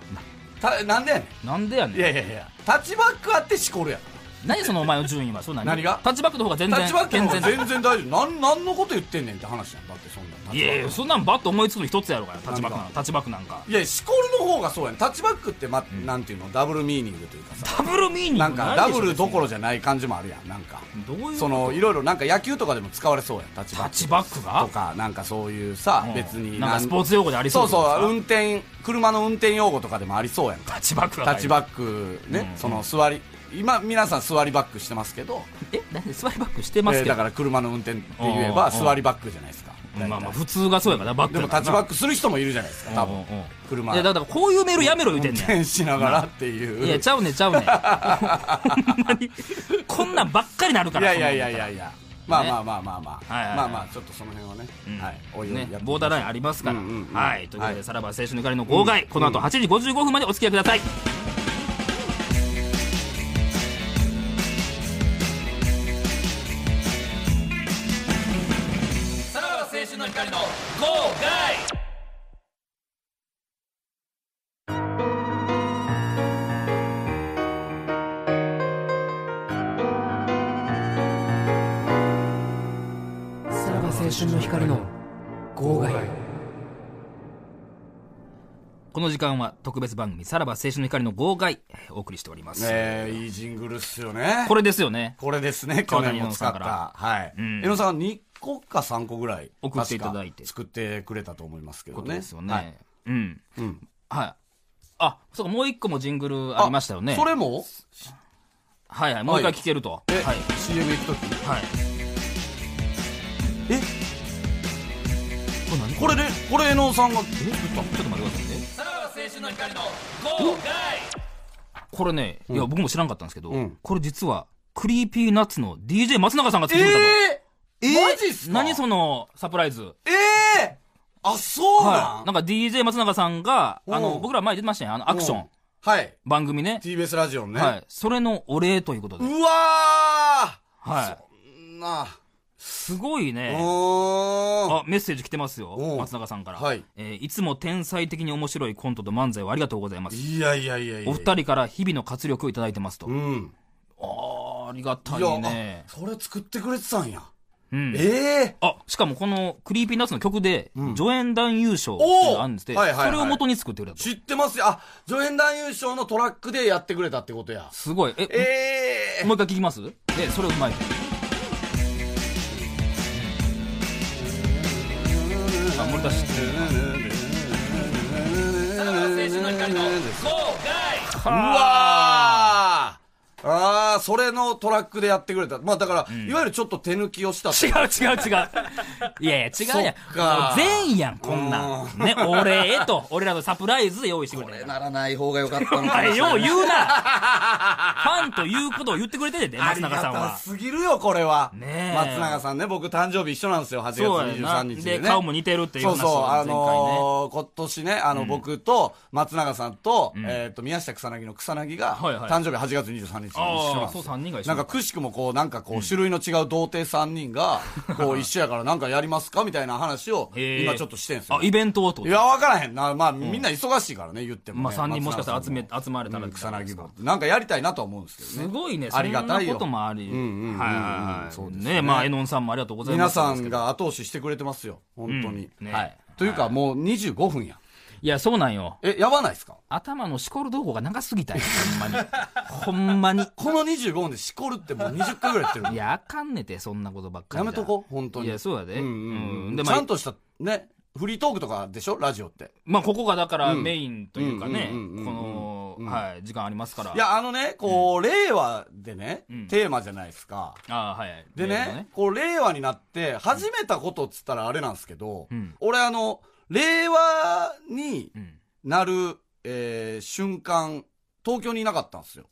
Speaker 2: た、なんでやね
Speaker 1: んなんでやね
Speaker 2: ん。いやいやいや、タッチバックあってしこるやん。
Speaker 1: ん何そのお前の順位はそうな
Speaker 2: 何が
Speaker 1: タッチバックの方が全
Speaker 2: タ
Speaker 1: 然
Speaker 2: ッチバックの方が
Speaker 1: 全然
Speaker 2: 全然大丈夫。なん、なんのこと言ってんねんって話やん。だってそんな。タッ
Speaker 1: い
Speaker 2: チバ
Speaker 1: やい
Speaker 2: ッ
Speaker 1: や
Speaker 2: ク
Speaker 1: そんなんバッと思いつくの一つやろうからタッチバックなん
Speaker 2: 何
Speaker 1: かタッチバックなんか
Speaker 2: いや、しこるの方がそうやん。タッチバックって、ま、なんていうの、ダブルミーニングというか
Speaker 1: ダ
Speaker 2: さ。
Speaker 1: ブルミーニング
Speaker 2: なんか、ダブルどころ
Speaker 1: じ
Speaker 2: じゃない感じもあるやん。なんか。
Speaker 1: ゃどういう
Speaker 2: そのいろいろなんか野球とかでも使われそうやんタッチ
Speaker 1: タ
Speaker 2: バッ
Speaker 1: ッ
Speaker 2: ク
Speaker 1: チバックが
Speaker 2: とかなんかそういうさ、
Speaker 1: うん
Speaker 2: 別に
Speaker 1: なんかスポーツ用語でありそうじゃ
Speaker 2: そ
Speaker 1: ないうですか
Speaker 2: そう運転車の運転用語とかでもありそうやんか
Speaker 1: タッチバックが
Speaker 2: タッチバックね、その座り今皆さん座りバックしてますけど
Speaker 1: えなんで座りバックしてます
Speaker 2: えー
Speaker 1: け
Speaker 2: だ
Speaker 1: ど
Speaker 2: から車の運転って言えば
Speaker 1: うんうん
Speaker 2: 座りバックじゃないですか対
Speaker 1: まあまあ普通がそうやからバック
Speaker 2: でも
Speaker 1: やか
Speaker 2: タッ
Speaker 1: ら
Speaker 2: チバックする人もいるじゃないですか
Speaker 1: な
Speaker 2: 多
Speaker 1: うん
Speaker 2: 分
Speaker 1: うんうん
Speaker 2: 車
Speaker 1: いやだからこういうメールやめろ言うてんねん
Speaker 2: 運転しながらっていう
Speaker 1: いや、ちゃうね、ちゃ うね。ほんまに。こんなんばっかりなるか
Speaker 2: い
Speaker 1: ら。
Speaker 2: やいやいやい
Speaker 1: そんな
Speaker 2: や
Speaker 1: んっ
Speaker 2: いやまあまあまあまあまあ、
Speaker 1: はいはいはい
Speaker 2: まあまあちょっとその辺はね、
Speaker 1: うん
Speaker 2: はいおいおいや
Speaker 1: ね
Speaker 2: っていきましょう
Speaker 1: ボーダーラインありますから。
Speaker 2: うんうんうん
Speaker 1: はい。ということ
Speaker 2: は
Speaker 1: で、
Speaker 2: い
Speaker 1: さらば青春の怒りの号外、この後8時55分までお付き合いください。さらば青春の光の号外
Speaker 3: さらば青春の光の号外
Speaker 1: この時間は特別番組、さらば青春の光の号外、お送りしております。
Speaker 2: ねえいいジングルっすよね
Speaker 1: これですよね。
Speaker 2: これですね 去
Speaker 1: 去年
Speaker 2: 年も使っ
Speaker 1: 井野さ
Speaker 2: たはい
Speaker 1: うん
Speaker 2: 江野さん2個か3個ぐらい
Speaker 1: 送っていただいて
Speaker 2: 確か作ってくれたと思いますけど
Speaker 1: こと
Speaker 2: ね
Speaker 1: ですよね。
Speaker 2: はい
Speaker 1: うん。
Speaker 2: うん
Speaker 1: はい。あ、そうか、もう一個もジングルありましたよね。
Speaker 2: それも
Speaker 1: はいはい、もう一回聞けると。はい
Speaker 2: え、。CM 行く時
Speaker 1: はい。
Speaker 2: え
Speaker 1: これ何
Speaker 2: これでこれ江野さんが作ったの
Speaker 1: ちょっと待ってくださいね。さらば青春の光の号外これね、いや、僕も知らんかったんですけど、
Speaker 2: うん
Speaker 1: これ実は、クリーピーナッツの DJ 松永さんが作ってくれたと。
Speaker 2: えー、えマジっすか
Speaker 1: 何そのサプライズ。
Speaker 2: ええあそうな
Speaker 1: はい。
Speaker 2: ん
Speaker 1: なんか DJ 松永さんが、あ
Speaker 2: う
Speaker 1: の、
Speaker 2: ん
Speaker 1: 僕ら前出てましたね、あの、アクション、
Speaker 2: はい
Speaker 1: 番組ね。
Speaker 2: TBS ラジオのね、
Speaker 1: はい。それのお礼ということで。
Speaker 2: うわ
Speaker 1: は
Speaker 2: ー、なあ
Speaker 1: い。すごいうね。
Speaker 2: ーん
Speaker 1: あ、メッセージ来てますよ
Speaker 2: おう。
Speaker 1: 松永さんから。
Speaker 2: はい
Speaker 1: えーいつも天才的に面白いコントと漫才をありがとうございます。
Speaker 2: いやいやいやいや
Speaker 1: お二人から日々の活力をいただいてますと。
Speaker 2: うん
Speaker 1: あーありがた
Speaker 2: いや、
Speaker 1: いね
Speaker 2: あ。それ作ってくれてたんや、
Speaker 1: うん。
Speaker 2: ええ
Speaker 1: あ、しかもこのクリーピーナッツの曲で、
Speaker 2: ん
Speaker 1: 助演男優賞っていうのがあるんですって、
Speaker 2: おーはいはいはい
Speaker 1: それを元に作ってくれたと。
Speaker 2: 知ってますよあ助演男優賞のトラックでやってくれたってことや
Speaker 1: すごい。え、
Speaker 2: ええ
Speaker 1: もう一回聞きますえ、それうまい。あ、森田知ってる。
Speaker 2: うわーああ、それのトラックでやってくれた。まあだから、いわゆるちょっと手抜きをしたって
Speaker 1: 違う違う違う。いやいや、違うや
Speaker 2: そっ
Speaker 1: ん。
Speaker 2: か
Speaker 1: もう全員やん、こんなん。ね、お礼と、俺らのサプライズで用意してくれ
Speaker 2: こ
Speaker 1: た
Speaker 2: れ
Speaker 1: んや
Speaker 2: ならない方が良かった
Speaker 1: お
Speaker 2: のかも
Speaker 1: 前
Speaker 2: しれ
Speaker 1: よ
Speaker 2: な
Speaker 1: う
Speaker 2: い
Speaker 1: 言うなファンということを言ってくれてるで、
Speaker 2: あ
Speaker 1: 松
Speaker 2: りが
Speaker 1: 永さん
Speaker 2: た
Speaker 1: は。
Speaker 2: すぎるよ、これは。
Speaker 1: ねえ
Speaker 2: 松永さんね、僕誕生日一緒なんですよ、8月
Speaker 1: そうや
Speaker 2: 23
Speaker 1: な。
Speaker 2: 日で
Speaker 1: で、
Speaker 2: ね。
Speaker 1: 顔も似てるっていう
Speaker 2: そう
Speaker 1: 話
Speaker 2: そう、
Speaker 1: を前
Speaker 2: あ
Speaker 1: 回ね。
Speaker 2: のー今年ね、あの、僕と、松永さんと、えっと、宮下草薙の草薙が、
Speaker 1: はいはい
Speaker 2: 誕生日8月23日に一緒なん
Speaker 1: ああ、
Speaker 2: です
Speaker 1: そ
Speaker 2: よ
Speaker 1: う、三人が一
Speaker 2: な
Speaker 1: 緒
Speaker 2: んか、くしくもこう、なんかこう、種類の違う童貞3人が、こう、一緒やからなんかやりますかみたいな話を、
Speaker 1: へえ
Speaker 2: 今ちょっとしてんす
Speaker 1: あ
Speaker 2: よ、。
Speaker 1: イベントをと
Speaker 2: い。や、わからへんな。まあ、みんな忙しいからね、言ってもね。
Speaker 1: まあ、三人もしかしたら
Speaker 2: 松
Speaker 1: 集
Speaker 2: 永
Speaker 1: め、集まれた
Speaker 2: さん
Speaker 1: らってこ
Speaker 2: も
Speaker 1: と
Speaker 2: 草
Speaker 1: です
Speaker 2: 薙
Speaker 1: か
Speaker 2: も。なんかやりたいなとは思うんですけどね。
Speaker 1: すごいね。
Speaker 2: ありがた
Speaker 1: そん
Speaker 2: いよ
Speaker 1: なこともあり。
Speaker 2: うんうんうんうん
Speaker 1: はいはいはい。
Speaker 2: そうですね
Speaker 1: ね。まあ、えのんさんもありがとうございま
Speaker 2: 皆
Speaker 1: す。
Speaker 2: さん。が後押ししてくれてますよ、本当に。
Speaker 1: うんね
Speaker 2: はい、というか、もう25分や。
Speaker 1: いや、そうなんよ。
Speaker 2: え、やばないですか
Speaker 1: 頭のしこる動向が長すぎたよ。ほんまに。ほんま
Speaker 2: この25分でしこるってもう20回ぐらいやってる
Speaker 1: に。いや、あかんねて、そんなことばっかり
Speaker 2: や
Speaker 1: じゃ。
Speaker 2: めとこう、本当に。
Speaker 1: いや、そうやで。
Speaker 2: うんうんうん
Speaker 1: で、
Speaker 2: ち
Speaker 1: ま
Speaker 2: ゃ
Speaker 1: あ
Speaker 2: ん、とした、ね、フリートークとかでしょ、ラジオって。
Speaker 1: まあ、ここがだからメインというかね、こ
Speaker 2: うんうんうんうん
Speaker 1: の、はい、時間ありますから。
Speaker 2: い、や、あのね、こう、令和でね、
Speaker 1: うん
Speaker 2: テーマじゃないですか。
Speaker 1: ああ、はい。
Speaker 2: で
Speaker 1: メインの
Speaker 2: ね、こう、令和になって、始めたことっつったらあれなんですけど、
Speaker 1: うん
Speaker 2: 俺あの、令和に
Speaker 1: うん。
Speaker 2: なる、えー瞬間、東京にいなかったんですよ。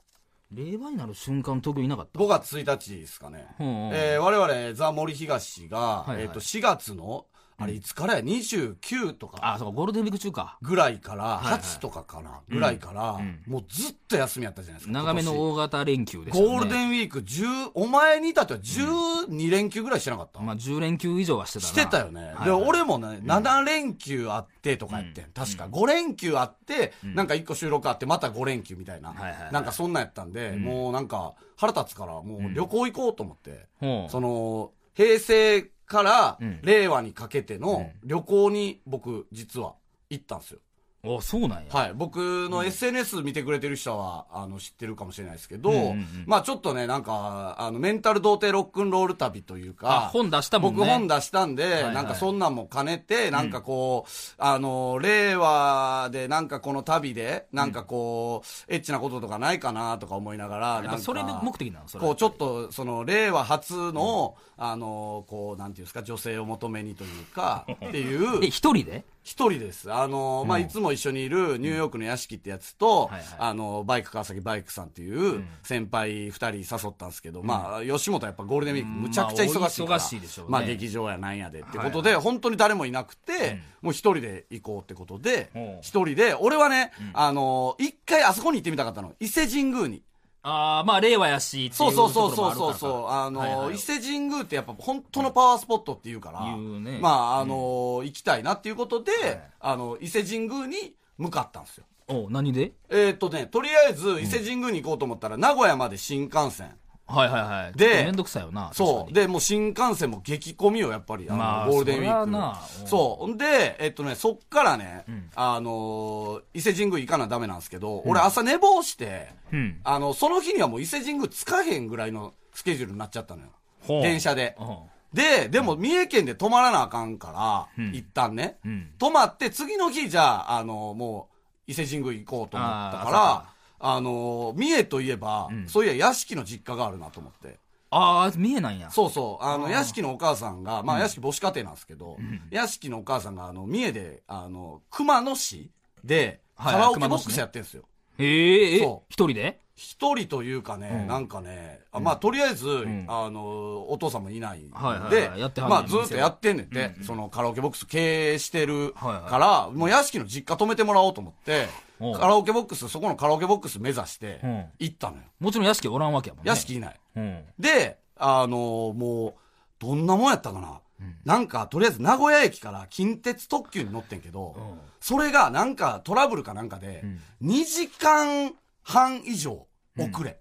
Speaker 1: 令和になる瞬間、東京いなかった
Speaker 2: 5月1日ですかね。
Speaker 1: うんうん
Speaker 2: えー我々、ザ・森東が、
Speaker 1: いはい
Speaker 2: えっ、と、4月の、あれ、いつからや、29とか
Speaker 1: あ、そうか、ゴールデンウィーク中か。
Speaker 2: ぐらいから、
Speaker 1: いはい
Speaker 2: 8とかかな、ぐらいから、
Speaker 1: ん
Speaker 2: もうずっと休みやったじゃないですか。
Speaker 1: 長めの
Speaker 2: 今
Speaker 1: 大型連休でし
Speaker 2: 年
Speaker 1: たね。
Speaker 2: ゴールデンウィーク10、お前に至っては12連休ぐらいしてなかった、
Speaker 1: まあ、10連休以上はしてたな。
Speaker 2: してたよね。
Speaker 1: はい
Speaker 2: で、俺もね、7連休あってとかやってん。確か、5連休あって、なんか1個収録あって、また5連休みたいな
Speaker 1: はいはいは。い
Speaker 2: なんかそんなんやったんで、もうなんか、腹立つから、もう旅行行こうと思って。
Speaker 1: ほう
Speaker 2: その、平成から
Speaker 1: うん
Speaker 2: 令和にかけての旅行に僕、実は行ったんですよ。
Speaker 1: あそうなんや。
Speaker 2: はい、僕の SNS 見てくれてる人は、あの知ってるかもしれないですけど、
Speaker 1: んうんうん
Speaker 2: まあちょっとね、なんか、あのメンタル童貞ロックンロール旅という
Speaker 1: あ
Speaker 2: か、
Speaker 1: 本出したもんね
Speaker 2: 僕本出したんで、
Speaker 1: いはい
Speaker 2: なんかそんなんも兼ねて、なんかこう、あの、令和でなんかこの旅で、なんかこう、エッチなこととかないかなとか思いながら、
Speaker 1: やっ
Speaker 2: な
Speaker 1: ぱ
Speaker 2: んか
Speaker 1: それが目的なのそれ
Speaker 2: こうちょっとその令和初の、あのこうなんていうんですか女性を求めにという かっていう
Speaker 1: え、一人で
Speaker 2: 一人です。あの、まあ、いつも一緒にいるニューヨークの屋敷ってやつと、
Speaker 1: はいはい
Speaker 2: あの、バイク川崎バイクさんっていう先輩二人誘ったんですけど、まあ、吉本はやっぱゴールデンウィークむちゃくちゃ忙しいから。
Speaker 1: まあお忙しいでしょうね
Speaker 2: まあ、劇場やなんやでってことで、本当に誰もいなくて、もう一人で行こうってことで
Speaker 1: おう、
Speaker 2: 一人で、俺はね、あの、一回あそこに行ってみたかったの。伊勢神宮に。
Speaker 1: ああ、まあ、令和やしってい
Speaker 2: そうう
Speaker 1: と
Speaker 2: そ
Speaker 1: こ
Speaker 2: うそう
Speaker 1: ろもある
Speaker 2: そう
Speaker 1: か
Speaker 2: そう
Speaker 1: ら
Speaker 2: そうあの、
Speaker 1: はいはい
Speaker 2: 伊勢神宮ってやっぱ本当のパワースポットっていうから、
Speaker 1: 言うね
Speaker 2: まああの、行きたいなっていうことで、あの伊勢神宮に向かったんですよ
Speaker 1: おう何で
Speaker 2: えっ、とねとりあえず伊勢神宮に行こうと思ったら、名古屋まで新幹線
Speaker 1: はいはいはい。
Speaker 2: で
Speaker 1: ちょっとめんどくさいよな。
Speaker 2: そう。
Speaker 1: 確かに
Speaker 2: で、もう新幹線も激混みよ、やっぱり。あの、
Speaker 1: まあ
Speaker 2: ゴールデンウィーク。
Speaker 1: そりゃなうん
Speaker 2: そう。んで、えっとね、そっからね、
Speaker 1: ん
Speaker 2: あのー伊勢神宮行かなダメなんですけど、俺朝寝坊して、
Speaker 1: うん
Speaker 2: あの、その日にはもう伊勢神宮つかへんぐらいのスケジュールになっちゃったのよ。
Speaker 1: ほう
Speaker 2: 電車で。
Speaker 1: うん
Speaker 2: で、でも三重県で泊まらなあかんから、
Speaker 1: うん
Speaker 2: 一旦ね、
Speaker 1: うん
Speaker 2: 泊まって次の日じゃあ、あのーもう伊勢神宮行こうと思っ
Speaker 1: あ
Speaker 2: たか
Speaker 1: ー朝
Speaker 2: ら、あのー三重といえば、
Speaker 1: ん
Speaker 2: そういや屋敷の実家があるなと思って。
Speaker 1: ああ、見えないんや。
Speaker 2: そうそう。あの、屋敷のお母さんが、まあ、屋敷母子家庭なんですけど、屋敷のお母さんが、あの、三重で、あの、熊野市で、
Speaker 1: は
Speaker 2: カ
Speaker 1: い
Speaker 2: ラオケ
Speaker 1: 熊
Speaker 2: ボ
Speaker 1: 野
Speaker 2: ッ
Speaker 1: 市ね
Speaker 2: クスやってるんですよ。
Speaker 1: えええ
Speaker 2: そう
Speaker 1: 一人で
Speaker 2: 一人というかね、なんかね、あまあ、とりあえず、あの、お父さんもいないんで、
Speaker 1: はいはいはいやってはんねん
Speaker 2: まあ、ずっとやってんねんて、そのカラオケボックス経営してる
Speaker 1: はいはい
Speaker 2: から、もう屋敷の実家泊めてもらおうと思って、
Speaker 1: おう
Speaker 2: カラオケボックス、そこのカラオケボックス目指して
Speaker 1: うん、
Speaker 2: 行ったのよ。
Speaker 1: もちろん屋敷おらんわけやもんね。
Speaker 2: 屋。敷いない。
Speaker 1: うん。
Speaker 2: で、あのもう、どんなもんやったかな、なんか、とりあえず名古屋駅から近鉄特急に乗ってんけど、それがなんかトラブルかなんかで、2時間半以上遅れ、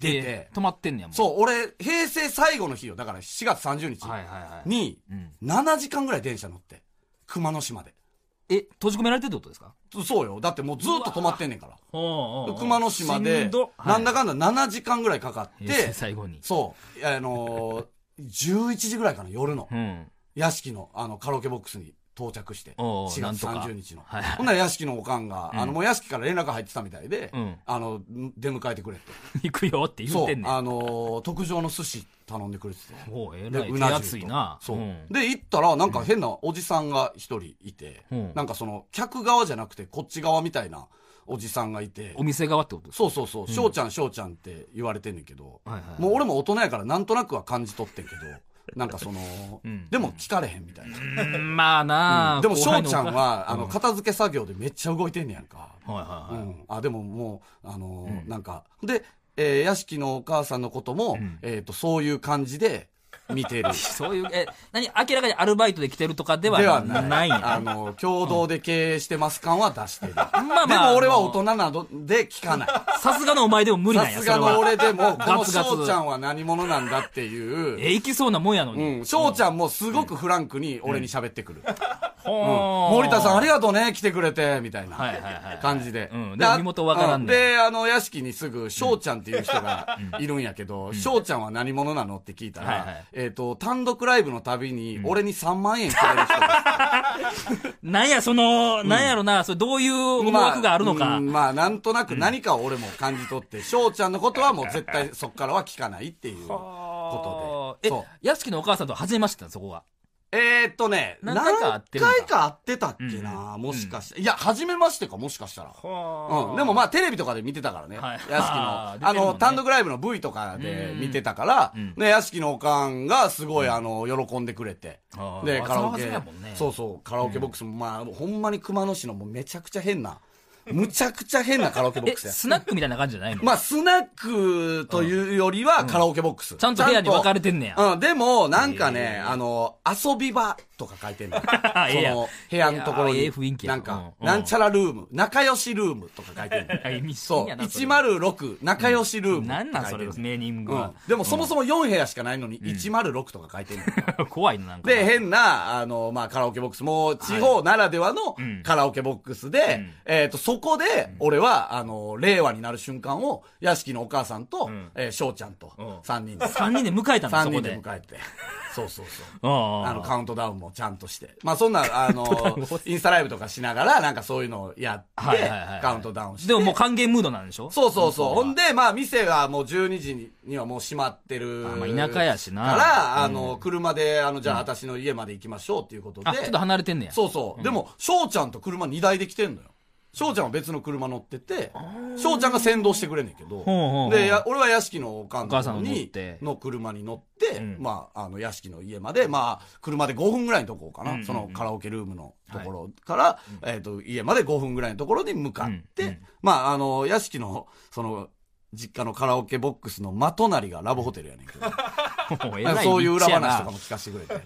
Speaker 2: 出て、
Speaker 1: で、止まってんねやもん。
Speaker 2: そう、俺、平成最後の日よ、だから4月30日
Speaker 1: はいはいはい。
Speaker 2: に
Speaker 1: ん、
Speaker 2: 7時間ぐらい電車乗って、熊野市まで。
Speaker 1: え、閉じ込められてるってことですか
Speaker 2: そうよ。だってもうずっと止まってんねんから。
Speaker 1: おうおうおう
Speaker 2: 熊野市ま
Speaker 1: しん
Speaker 2: で
Speaker 1: ど、
Speaker 2: なんだかんだ7時間ぐらいかかっ
Speaker 1: はい平成
Speaker 2: て、
Speaker 1: 最後に。
Speaker 2: そう、あのー、11時ぐらいかな、夜の
Speaker 1: う。ん。
Speaker 2: 屋敷の、あの、カラオケボックスに到着して、
Speaker 1: おうおう
Speaker 2: 4
Speaker 1: なん
Speaker 2: 月
Speaker 1: とか
Speaker 2: 30日の。
Speaker 1: はい
Speaker 2: ほんなら屋敷のおかんが、あの、もう屋敷から連絡入ってたみたいで
Speaker 1: うん、
Speaker 2: あの、出迎えてくれて。
Speaker 1: 行くよって言っ
Speaker 2: そう
Speaker 1: てん、ねん。
Speaker 2: あのー、特上の寿司頼んでくれてて。
Speaker 1: おうえ
Speaker 2: で
Speaker 1: らい。手厚いな。
Speaker 2: そう、
Speaker 1: ん
Speaker 2: で行ったらなんか変なおじさんが一人いて、
Speaker 1: うん
Speaker 2: なんかその客側じゃなくてこっち側みたいなおじさんがいて、
Speaker 1: お店側ってことですか
Speaker 2: そうそうそう、翔ちゃん翔ちゃんって言われてんねんけど、
Speaker 1: はいはいはい
Speaker 2: もう俺も大人やからなんとなくは感じ取ってんけど、なんかその、
Speaker 1: ん
Speaker 2: でも聞かれへんみたいな。
Speaker 1: うーんまあなあ
Speaker 2: でも翔ちゃん
Speaker 1: 後輩のお母
Speaker 2: は、あの、片付け作業でめっちゃ動いてんねやんか。
Speaker 1: はいは
Speaker 2: う
Speaker 1: いはい。
Speaker 2: ん、あでももう、あのーなんか、で、えー屋敷のお母さんのことも、えっ、と、そういう感じで見て る。
Speaker 1: そういう、え、何、明らかにアルバイトで来てるとかでは
Speaker 2: ではな。
Speaker 1: ないいんや。
Speaker 2: あの、共同で経営してます感は出してる。
Speaker 1: まあ
Speaker 2: で
Speaker 1: まあ
Speaker 2: も俺は大人などで聞かない。
Speaker 1: さすがのお前でも無理なん
Speaker 2: さ
Speaker 1: や、
Speaker 2: す
Speaker 1: それ
Speaker 2: がの
Speaker 1: は。
Speaker 2: 俺でも、この
Speaker 1: ガツガツ
Speaker 2: 翔ちゃんは何者なんだっていう。
Speaker 1: え、行きそうなもんやの
Speaker 2: う
Speaker 1: に。
Speaker 2: ん、翔ちゃんもすごくフランクに俺に喋ってくる。
Speaker 1: ほー
Speaker 2: 森田さんありがとうね、来てくれて、みたい
Speaker 1: はいはいはいは
Speaker 2: ない感じで。
Speaker 1: うん
Speaker 2: あ
Speaker 1: でも身元わからんね
Speaker 2: うで、あの、屋敷にすぐ、翔ちゃんっていう人がいるんやけど、翔ちゃんは何者なのって聞いた
Speaker 1: はいは
Speaker 2: ら
Speaker 1: い、
Speaker 2: えっと、単独ライブのたびに、俺に3万円くれる人が
Speaker 1: なんや、その、なんやろな、 それどういう思惑があるの
Speaker 2: まあ、
Speaker 1: か
Speaker 2: う。んまあなんとなく何かを俺も感じ取って、翔ちゃんのことはもう絶対そこからは聞かないっていうこ
Speaker 1: あ
Speaker 2: とで。
Speaker 1: ー
Speaker 2: そう。
Speaker 1: え、屋敷のお母さんと初めましてなんそこは。
Speaker 2: えーっとね、
Speaker 1: 何回か会ってるのか
Speaker 2: 何回か会ってたっけな、もしかして。いや、初めましてか、もしかしたら。
Speaker 1: は
Speaker 2: うん、でもまあテレビとかで見てたからね、
Speaker 1: はい
Speaker 2: 屋敷の
Speaker 1: あ
Speaker 2: あ
Speaker 1: ー出てるもんね
Speaker 2: の単独ライブの V とかで見てたから、ね、屋敷のおかんがすごい、あの喜んでくれて
Speaker 1: あ、ー
Speaker 2: で
Speaker 1: あ
Speaker 2: カラオケ
Speaker 1: そらそうやもんね
Speaker 2: そうそうカラオケボックスも、まあ、ほんまに熊野市のもうめちゃくちゃ変なむちゃくちゃ変なカラオケボッ
Speaker 1: え、
Speaker 2: クスや
Speaker 1: スナックみたいな感じじゃないの
Speaker 2: まあ、スナックというよりはカラオケボックス。
Speaker 1: ちゃんと部屋に分かれてんねや
Speaker 2: うん、でも、なんかね、あの、遊び場とか書いて んの。そ
Speaker 1: あええやん
Speaker 2: の部屋のところ
Speaker 1: いやええ
Speaker 2: に
Speaker 1: 雰囲気。や
Speaker 2: なんか、
Speaker 1: うん
Speaker 2: なんちゃらルーム、仲良しルームとか書いてんの。
Speaker 1: 意味
Speaker 2: そう。106、仲良しルーム。
Speaker 1: なんなんそれ
Speaker 2: 書いてんの
Speaker 1: ネーミング
Speaker 2: うん
Speaker 1: は、
Speaker 2: でもそもそも4部屋しかないのに、106とか書いてん の。
Speaker 1: 怖いななんか
Speaker 2: で、変な、あの、まあ、カラオケボックス、もう、地方ならではの
Speaker 1: ん
Speaker 2: カラオケボックスで、
Speaker 1: ん
Speaker 2: えっ、と、そこで、俺は、あの、令和になる瞬間を、屋敷のお母さんと、
Speaker 1: ん
Speaker 2: えー翔ちゃんと
Speaker 1: うん、
Speaker 2: 3 人で、
Speaker 1: 3人で迎えたんだ
Speaker 2: 3
Speaker 1: そこ
Speaker 2: 人
Speaker 1: で
Speaker 2: で迎えて、そうそうそう。
Speaker 1: あ
Speaker 2: あの、カウントダウンもちゃんとして。まあ、そんな、あの、インスタライブとかしながら、なんかそういうのをやって、
Speaker 1: はいはいはいはい
Speaker 2: カウントダウンして。
Speaker 1: でももう歓迎ムードなんでしょ
Speaker 2: そうそうそう。ほんで、まあ、店がもう12時にはもう閉まってる。
Speaker 1: あまあ田舎やしな
Speaker 2: から、あの、車で、あの、じゃあ私の家まで行きましょうっていうことで。
Speaker 1: あちょっと離れてんねや
Speaker 2: そうそう。でも、翔ちゃんと車2台で来てんのよ。翔ちゃんは別の車乗ってて、翔ちゃんが先導してくれんねんけど
Speaker 1: ほうほうほう、
Speaker 2: で、や俺は屋敷のおかん
Speaker 1: お母さんの乗っ
Speaker 2: に
Speaker 1: て、
Speaker 2: の車に乗って
Speaker 1: うん、
Speaker 2: まあ、あの、屋敷の家まで、まあ、車で5分ぐらいのとこか
Speaker 1: うんうんう
Speaker 2: な。
Speaker 1: ん
Speaker 2: そのカラオケルームのところから、えっと、家まで5分ぐらいのところに向かっ
Speaker 1: うんうん
Speaker 2: て、まあ、あの、屋敷の、その、実家のカラオケボックスの間隣がラブホテルやね んけど、
Speaker 1: もう偉
Speaker 2: そういう
Speaker 1: 立
Speaker 2: 裏
Speaker 1: 地やな
Speaker 2: 話とかも聞かせてくれて、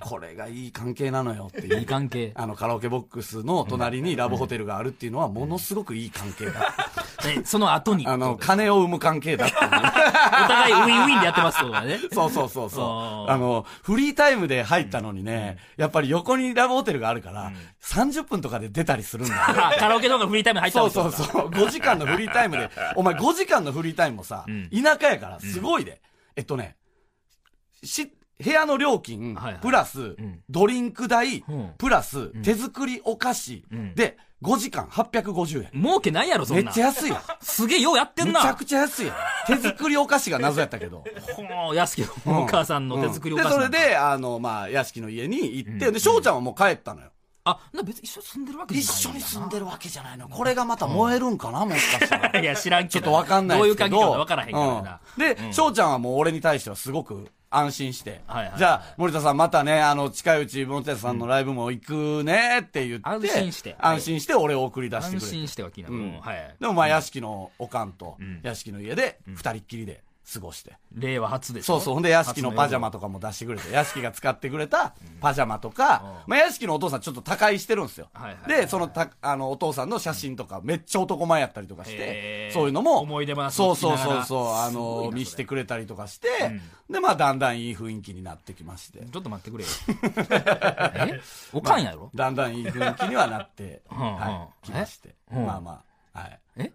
Speaker 2: これがいい関係なのよっていう
Speaker 1: うんいい関 係
Speaker 2: あの、カラオケボックスの隣にラブホテルがあるっていうのは、ものすごくいい関係だ。
Speaker 1: でその後に
Speaker 2: あの、金を生む関係だっていう
Speaker 1: お互いウィンウィンでやってますってことだ ね
Speaker 2: そうそうそうそう
Speaker 1: あ。ー
Speaker 2: あの、フリータイムで入ったのにね、やっぱり横にラブホテルがあるから、30分とかで出たりするんだよ。
Speaker 1: あカラオケとかフリータイム入った
Speaker 2: そ
Speaker 1: ん
Speaker 2: う
Speaker 1: です
Speaker 2: そうそう。5時間のフリータイムで、お前5時間のフリータイムもさ、
Speaker 1: ん
Speaker 2: 田舎やからすごいで。えっとね、し、部屋の料金
Speaker 1: はいはい、
Speaker 2: プラス
Speaker 1: ん、
Speaker 2: ドリンク代
Speaker 1: うん、
Speaker 2: プラス、手作りお菓子
Speaker 1: ん
Speaker 2: で、5時間850円。
Speaker 1: 儲けないやろそん
Speaker 2: め
Speaker 1: な
Speaker 2: っちゃ安いやん。
Speaker 1: すげえようやってん
Speaker 2: めちゃ
Speaker 1: な
Speaker 2: くちゃ安いやん。手作りお菓子が謎やったけど。
Speaker 1: ほう安き
Speaker 2: う
Speaker 1: お母さんの手作りお菓子
Speaker 2: で、そ
Speaker 1: な
Speaker 2: れ
Speaker 1: んだ
Speaker 2: で、あの、まあ、屋敷の家に行って、で、翔ちゃんはもう帰ったのよ。
Speaker 1: あな別に一緒に住んでるわけじゃ
Speaker 2: 一
Speaker 1: ない
Speaker 2: 緒に住んでるわけじゃないの。これがまた燃えるんかな、もしかしたら。
Speaker 1: いや知らんけ
Speaker 2: ちょ
Speaker 1: ど
Speaker 2: っとわかんない
Speaker 1: どういう
Speaker 2: ですけ
Speaker 1: 関
Speaker 2: ど。
Speaker 1: 係かわからへんからな、
Speaker 2: うんで、翔、ちゃんはもう俺に対してはすごく安心して。
Speaker 1: はいはい
Speaker 2: じゃあ、森田さんまたね、あの、近いうち森田さんのライブも行くねって言って。
Speaker 1: 安心して
Speaker 2: 安心して俺を送り出
Speaker 1: 安
Speaker 2: してくれて。
Speaker 1: 心しては聞いな、うんはい
Speaker 2: でもまあ、屋敷のおかんと、屋敷の家で、二人っきりで過ごして。
Speaker 1: 令和初です
Speaker 2: そうそう。ほんで、屋敷のパジャマとかも出してくれて、屋敷が使ってくれたパジャマとか、まあ、屋敷のお父さんちょっと他界してるんですよ
Speaker 1: はいは。い
Speaker 2: で、そのた、あの、お父さんの写真とか、めっちゃ男前やったりとかし
Speaker 1: へ
Speaker 2: て、
Speaker 1: ー
Speaker 2: そういうのも、
Speaker 1: 思い出話
Speaker 2: そ
Speaker 1: を
Speaker 2: う
Speaker 1: 聞きな
Speaker 2: そう
Speaker 1: がら
Speaker 2: そうそう、あ
Speaker 1: すごいな
Speaker 2: の、
Speaker 1: それ
Speaker 2: 見してくれたりとかして、で、まあ、だんだんいい雰囲気になってきまして、
Speaker 1: ちょっと待ってくれよ えおかんやろ、
Speaker 2: だんだんいい雰囲気にはなって、
Speaker 1: ん うん
Speaker 2: はい、きまして、
Speaker 1: えうん
Speaker 2: まあまあ、はい、
Speaker 1: え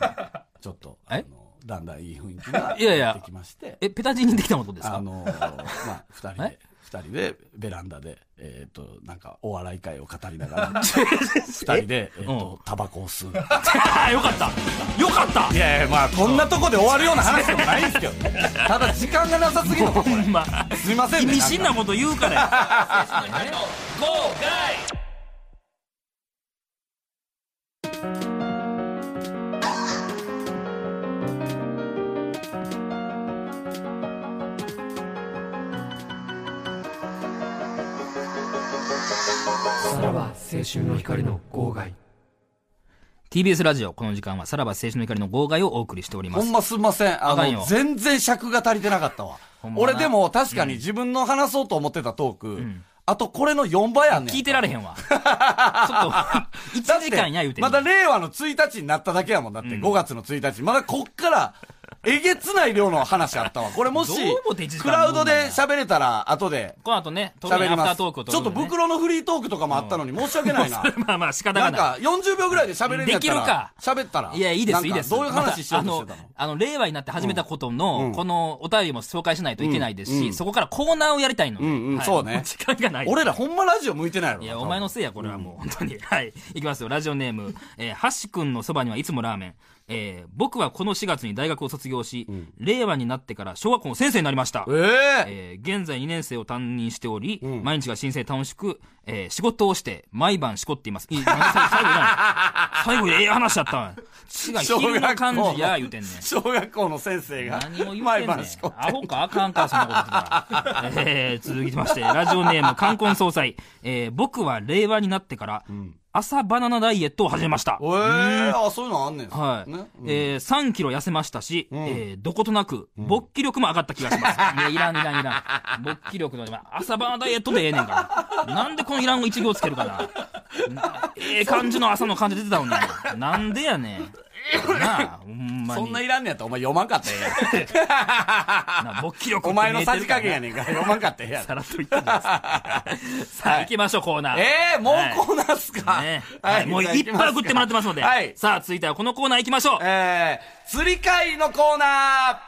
Speaker 2: ちょっと、あ
Speaker 1: え
Speaker 2: の、だんだんいい雰囲気にはなっ
Speaker 1: いやいや
Speaker 2: てきまして、
Speaker 1: えペタジーにできたのことですか
Speaker 2: あのー まあ、二人
Speaker 1: え
Speaker 2: で、二人でベランダで、えっ、と、なんかお笑い会を語りなが ら、二人で、えっ、と、タバコを吸う。
Speaker 1: あ ーよかったよかった
Speaker 2: いやいや、まあ、こんなとこで終わるような話でもないんですけど、ただ時間がなさすぎるの、こ
Speaker 1: ほん
Speaker 2: れ。
Speaker 1: ます
Speaker 2: いません
Speaker 1: 意
Speaker 2: ね。
Speaker 1: 味深
Speaker 2: なんか
Speaker 1: なこと言うからや
Speaker 3: さらば青春の光の号外
Speaker 1: TBS ラジオこの時間はさらば青春の怒りの号外をお送りしておりま
Speaker 2: ほ
Speaker 1: す
Speaker 2: んますいません。あ
Speaker 1: あかんよ
Speaker 2: の、全然尺が足りてなかったわ
Speaker 1: ほん。まな
Speaker 2: 俺でも確かに自分の話そうと思ってたトーク、あとこれの4倍あんねん。
Speaker 1: 聞いてられへんわ ちょっと
Speaker 2: だっ
Speaker 1: 1
Speaker 2: て
Speaker 1: 時間や言うてんの
Speaker 2: まだ令和の1日になっただけやもん。だって5月の1日。まだこっから、えげつない量の話あったわ。これもし
Speaker 1: どう思って一、時間
Speaker 2: クラウドで喋れたら、後で
Speaker 1: この後ね当
Speaker 2: 喋
Speaker 1: 然
Speaker 2: り
Speaker 1: アフタ
Speaker 2: ま
Speaker 1: ー
Speaker 2: す。
Speaker 1: トークを
Speaker 2: ちょっと
Speaker 1: 僕
Speaker 2: 袋のフリートークとかもあったのに申し訳ないな。
Speaker 1: まあまあ仕方が
Speaker 2: なん
Speaker 1: ない
Speaker 2: か、40秒ぐらいで喋れるんや
Speaker 1: で
Speaker 2: った、
Speaker 1: きるから
Speaker 2: 喋ったら。
Speaker 1: いや、いいで
Speaker 2: な
Speaker 1: す、
Speaker 2: ん
Speaker 1: い
Speaker 2: か
Speaker 1: いです。
Speaker 2: どういう話しようとして
Speaker 1: ま
Speaker 2: た
Speaker 1: た
Speaker 2: の
Speaker 1: あの、あの令和になって始めたこと
Speaker 2: う
Speaker 1: の
Speaker 2: ん、
Speaker 1: このお便りも紹介しないといけないですし、そこからコーナーをやりたいので。
Speaker 2: うんうん
Speaker 1: はい
Speaker 2: そうね
Speaker 1: も時間がない。
Speaker 2: 俺らほんまラジオ向いてないやろ。
Speaker 1: いや、お前のせいや、これはもう、本当に。 はい。いきますよ。ラジオネーム、えー、ハッシ君のそばにはいつもラーメン。えー、僕はこの4月に大学を卒業し、令和になってから小学校の先生になりました。
Speaker 2: 多分。ええ
Speaker 1: えー現在2年生を担任しており、毎日が新生楽しく、えー仕事をして、毎晩しこっています。いいなんで最後最後じゃない最後ええ話だったん違う、
Speaker 2: 小学校
Speaker 1: 昼の感じや、言うてんねん。
Speaker 2: 小学校の先生が
Speaker 1: 何を言うてんねん。
Speaker 2: 毎晩しこって
Speaker 1: アホかあかんか、そんなこと 言ってたら。えー続きまして、ラジオネーム、冠婚葬祭。えー僕は令和になってから、朝バナナダイエットを始めました。
Speaker 2: えー、あ、そういうのあんねん。
Speaker 1: はい。
Speaker 2: ね
Speaker 1: えー3キロ痩せましたし、えーどことなく、勃起力も上がった気がし ます。いや、いらん、いらん、いらん。勃起力の、朝晩ダイエットでええねんから。なんでこのいらんを一行つけるかな。なええ感じの朝の感じ出てたのに。なんでやねん。なあ、ほんまに。
Speaker 2: そんないらんねやったらお前読まんかったらええやん
Speaker 1: な勃起力
Speaker 2: お前のさじ加
Speaker 1: か
Speaker 2: 減や
Speaker 1: ね
Speaker 2: ねんから読まんかったらええやん。
Speaker 1: さらっと言ったん です。さあ、行きましょう、コーナー。
Speaker 2: えー、もうコーナーっすか、
Speaker 1: ねはい、もういっぱい送ってもらってますので。
Speaker 2: はい。
Speaker 1: さあ、続いてはこのコーナー行きましょう。
Speaker 2: えー、釣り会のコーナ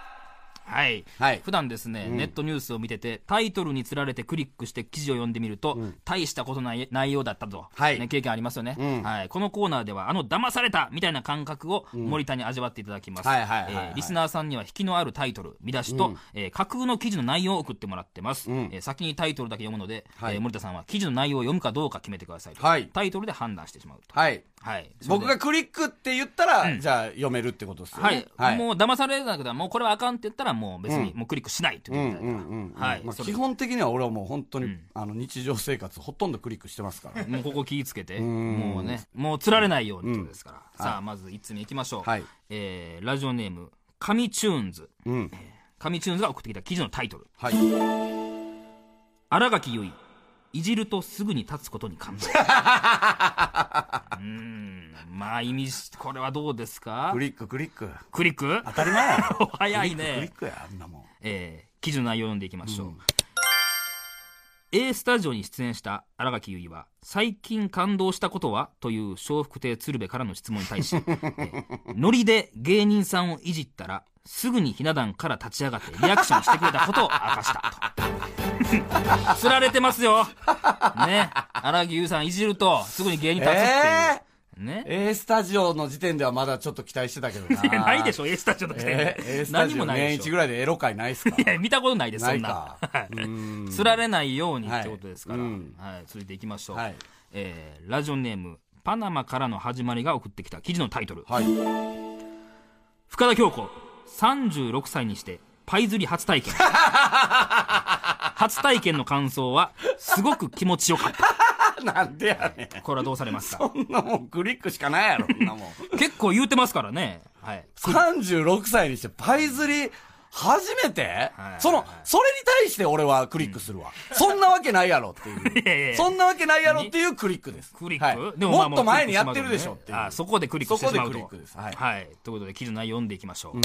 Speaker 1: はい、
Speaker 2: はい
Speaker 1: 普段ですね、ネットニュースを見ててタイトルにつられてクリックして記事を読んでみると、大したことない内容だったと、
Speaker 2: はい
Speaker 1: ね、経験ありますよね、
Speaker 2: ん
Speaker 1: はい、このコーナーではあの騙されたみたいな感覚を森田に味わっていただきます、
Speaker 2: はいはいはいはい
Speaker 1: えーリスナーさんには引きのあるタイトル見出しと、えー架空の記事の内容を送ってもらってます、えー先にタイトルだけ読むので、
Speaker 2: はい
Speaker 1: えー森田さんは記事の内容を読むかどうか決めてくださいと、
Speaker 2: はい
Speaker 1: タイトルで判断してしまうと
Speaker 2: ー。はい。
Speaker 1: はいそれで
Speaker 2: 僕がクリックって言ったら、じゃあ読めるってことですよね。
Speaker 1: はい、もう騙されなくてはもうこれはあかんって言ったらもう別にもうクリックしないということで、はい、
Speaker 2: まあ
Speaker 1: それ
Speaker 2: 基本的には俺はもう本当に、あの日常生活ほとんどクリックしてますから。
Speaker 1: もうここ気ぃつけて、もうね、もう釣られないようにってことですから。さあ、まず1つ目いきましょう。
Speaker 2: はい
Speaker 1: えーラジオネーム、神チューンズ。
Speaker 2: うん。
Speaker 1: 神チューンズが送ってきた記事のタイトル。
Speaker 2: はい。
Speaker 1: 新垣結衣、いじるとすぐに立つことに 感じる。うーん、まあ意味し、これはどうですか
Speaker 2: クリッククリック。
Speaker 1: クリック
Speaker 2: 当たり前や
Speaker 1: 早い
Speaker 2: クリッ
Speaker 1: ね
Speaker 2: ク。クリックや、あんなもん。
Speaker 1: えー記事の内容を読んでいきましょう。A スタジオに出演した新垣結衣は最近感動したことはという笑福亭鶴瓶からの質問に対 しえーノリで芸人さんをいじったらすぐにひな壇から立ち上がってリアクションしてくれたことを明かしたと 釣られてますよね新垣結衣さんいじるとすぐに芸人立つっていう、
Speaker 2: え
Speaker 1: ね
Speaker 2: ー、A スタジオの時点ではまだちょっと期待してたけど
Speaker 1: いや
Speaker 2: な。
Speaker 1: ないでし
Speaker 2: ょ。
Speaker 1: ょ A スタジオだけ
Speaker 2: えー、A ス タ
Speaker 1: 何
Speaker 2: ジ
Speaker 1: も
Speaker 2: オ
Speaker 1: ない
Speaker 2: 年
Speaker 1: でし
Speaker 2: 一
Speaker 1: ょ
Speaker 2: ぐらいでエロ会ないっすか
Speaker 1: いや見たことない ですそ
Speaker 2: なんい
Speaker 1: な
Speaker 2: か。うん
Speaker 1: 釣られないようにってことですから、は
Speaker 2: はいいうん
Speaker 1: 続いていきましょう、
Speaker 2: はい
Speaker 1: えーラジオネーム「パナマからの始まり」が送ってきた記事のタイトル、
Speaker 2: はい。
Speaker 1: 深田恭子36歳にしてパイ釣り初体 験初体験の感想はすごく気持ちよか った
Speaker 2: なんでやねん。
Speaker 1: これはどうされますか
Speaker 2: そんなもんクリックしかないやろ、そんなもん。
Speaker 1: 結構言うてますからねはい
Speaker 2: 36歳にしてパイ釣り初めて、
Speaker 1: はい
Speaker 2: その、それに対して俺はクリックするわ。そんなわけないやろって
Speaker 1: いやいやい
Speaker 2: い
Speaker 1: や
Speaker 2: う。そんなわけないやろっていうクリックです。
Speaker 1: クリック、
Speaker 2: はい
Speaker 1: でもま
Speaker 2: も
Speaker 1: あ
Speaker 2: っと前に
Speaker 1: もう
Speaker 2: やってるでしょっ
Speaker 1: ク
Speaker 2: て
Speaker 1: リックしますも
Speaker 2: い
Speaker 1: んねあ
Speaker 2: う。
Speaker 1: そこでクリックしてしまうと
Speaker 2: そこでクリックですはい
Speaker 1: ということで記事の内容を読んでいきましょう、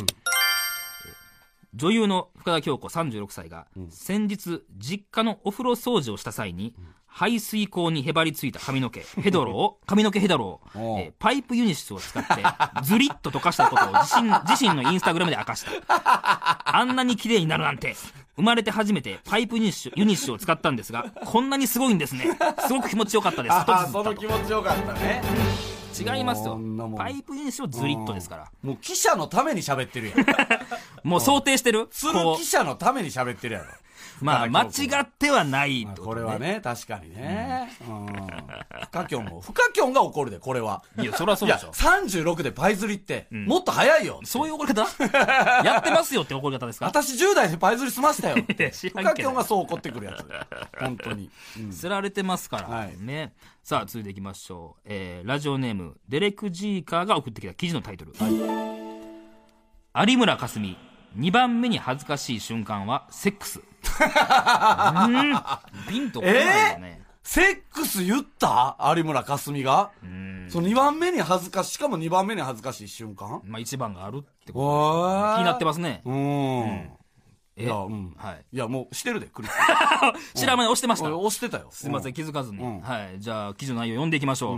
Speaker 1: 女優の深田恭子36歳が、先日実家のお風呂掃除をした際に、排水口にへばりついた髪の毛ヘドロを 髪の毛ヘドロを、
Speaker 2: おう
Speaker 1: えーパイプユニシスを使ってズリッと溶かしたことを自 身自身のインスタグラムで明かしたあんなに綺麗になるなんて。生まれて初めてパイプユニッシュユニッシュを使ったんですが、こんなにすごいんですね。すごく気持ちよかったです。
Speaker 2: ああ、
Speaker 1: と
Speaker 2: その気持ちよかったね。
Speaker 1: 違いますよ
Speaker 2: そんなも。ん
Speaker 1: パイプユニッシュをズリッとですから。
Speaker 2: もう記者のために喋っ てるやん。
Speaker 1: もう想定してる
Speaker 2: 釣る
Speaker 1: こ
Speaker 2: 記者のために 喋ってるやろ。
Speaker 1: う、まあ間違ってはない
Speaker 2: まあ
Speaker 1: って
Speaker 2: ことれ
Speaker 1: ね
Speaker 2: は。ね、確かにね。うん。不可教も。不可教が怒るで、これは。
Speaker 1: いや、そりゃそ
Speaker 2: いうや、
Speaker 1: でしょ。
Speaker 2: 36でパイ釣りって、もっと早いよ。
Speaker 1: そういう怒り方 やってますよって怒り方ですか
Speaker 2: 私10代でパイ釣り済ましたよ って。
Speaker 1: や知らんけ
Speaker 2: 深
Speaker 1: ど
Speaker 2: きょんがそう怒ってくるや つ。本当に。うん
Speaker 1: 釣られてますから、
Speaker 2: はい
Speaker 1: ね。さあ、続いていきましょう。えーラジオネーム、デレク・ジーカーが送ってきた記事のタイトル。有村架純、2番目に恥ずかしい瞬間は、セック ス。うーんピンとこないよね。
Speaker 2: セックス言った有村架純が。その2番目に恥ずかし、しかも2番目に恥ずかしい瞬間
Speaker 1: まあ、一番があるってこと。
Speaker 2: わ
Speaker 1: 気になって
Speaker 2: ま
Speaker 1: ますね
Speaker 2: す。。うん。
Speaker 1: え
Speaker 2: いや、うん。
Speaker 1: はい。
Speaker 2: いや、もうしてるで、クリッ
Speaker 1: 知らない押してまし
Speaker 2: ク。
Speaker 1: た
Speaker 2: 俺。押してたよ。
Speaker 1: すみません、気づかずに。
Speaker 2: うん
Speaker 1: はい。じゃあ、記事の内容読んでいきましょう。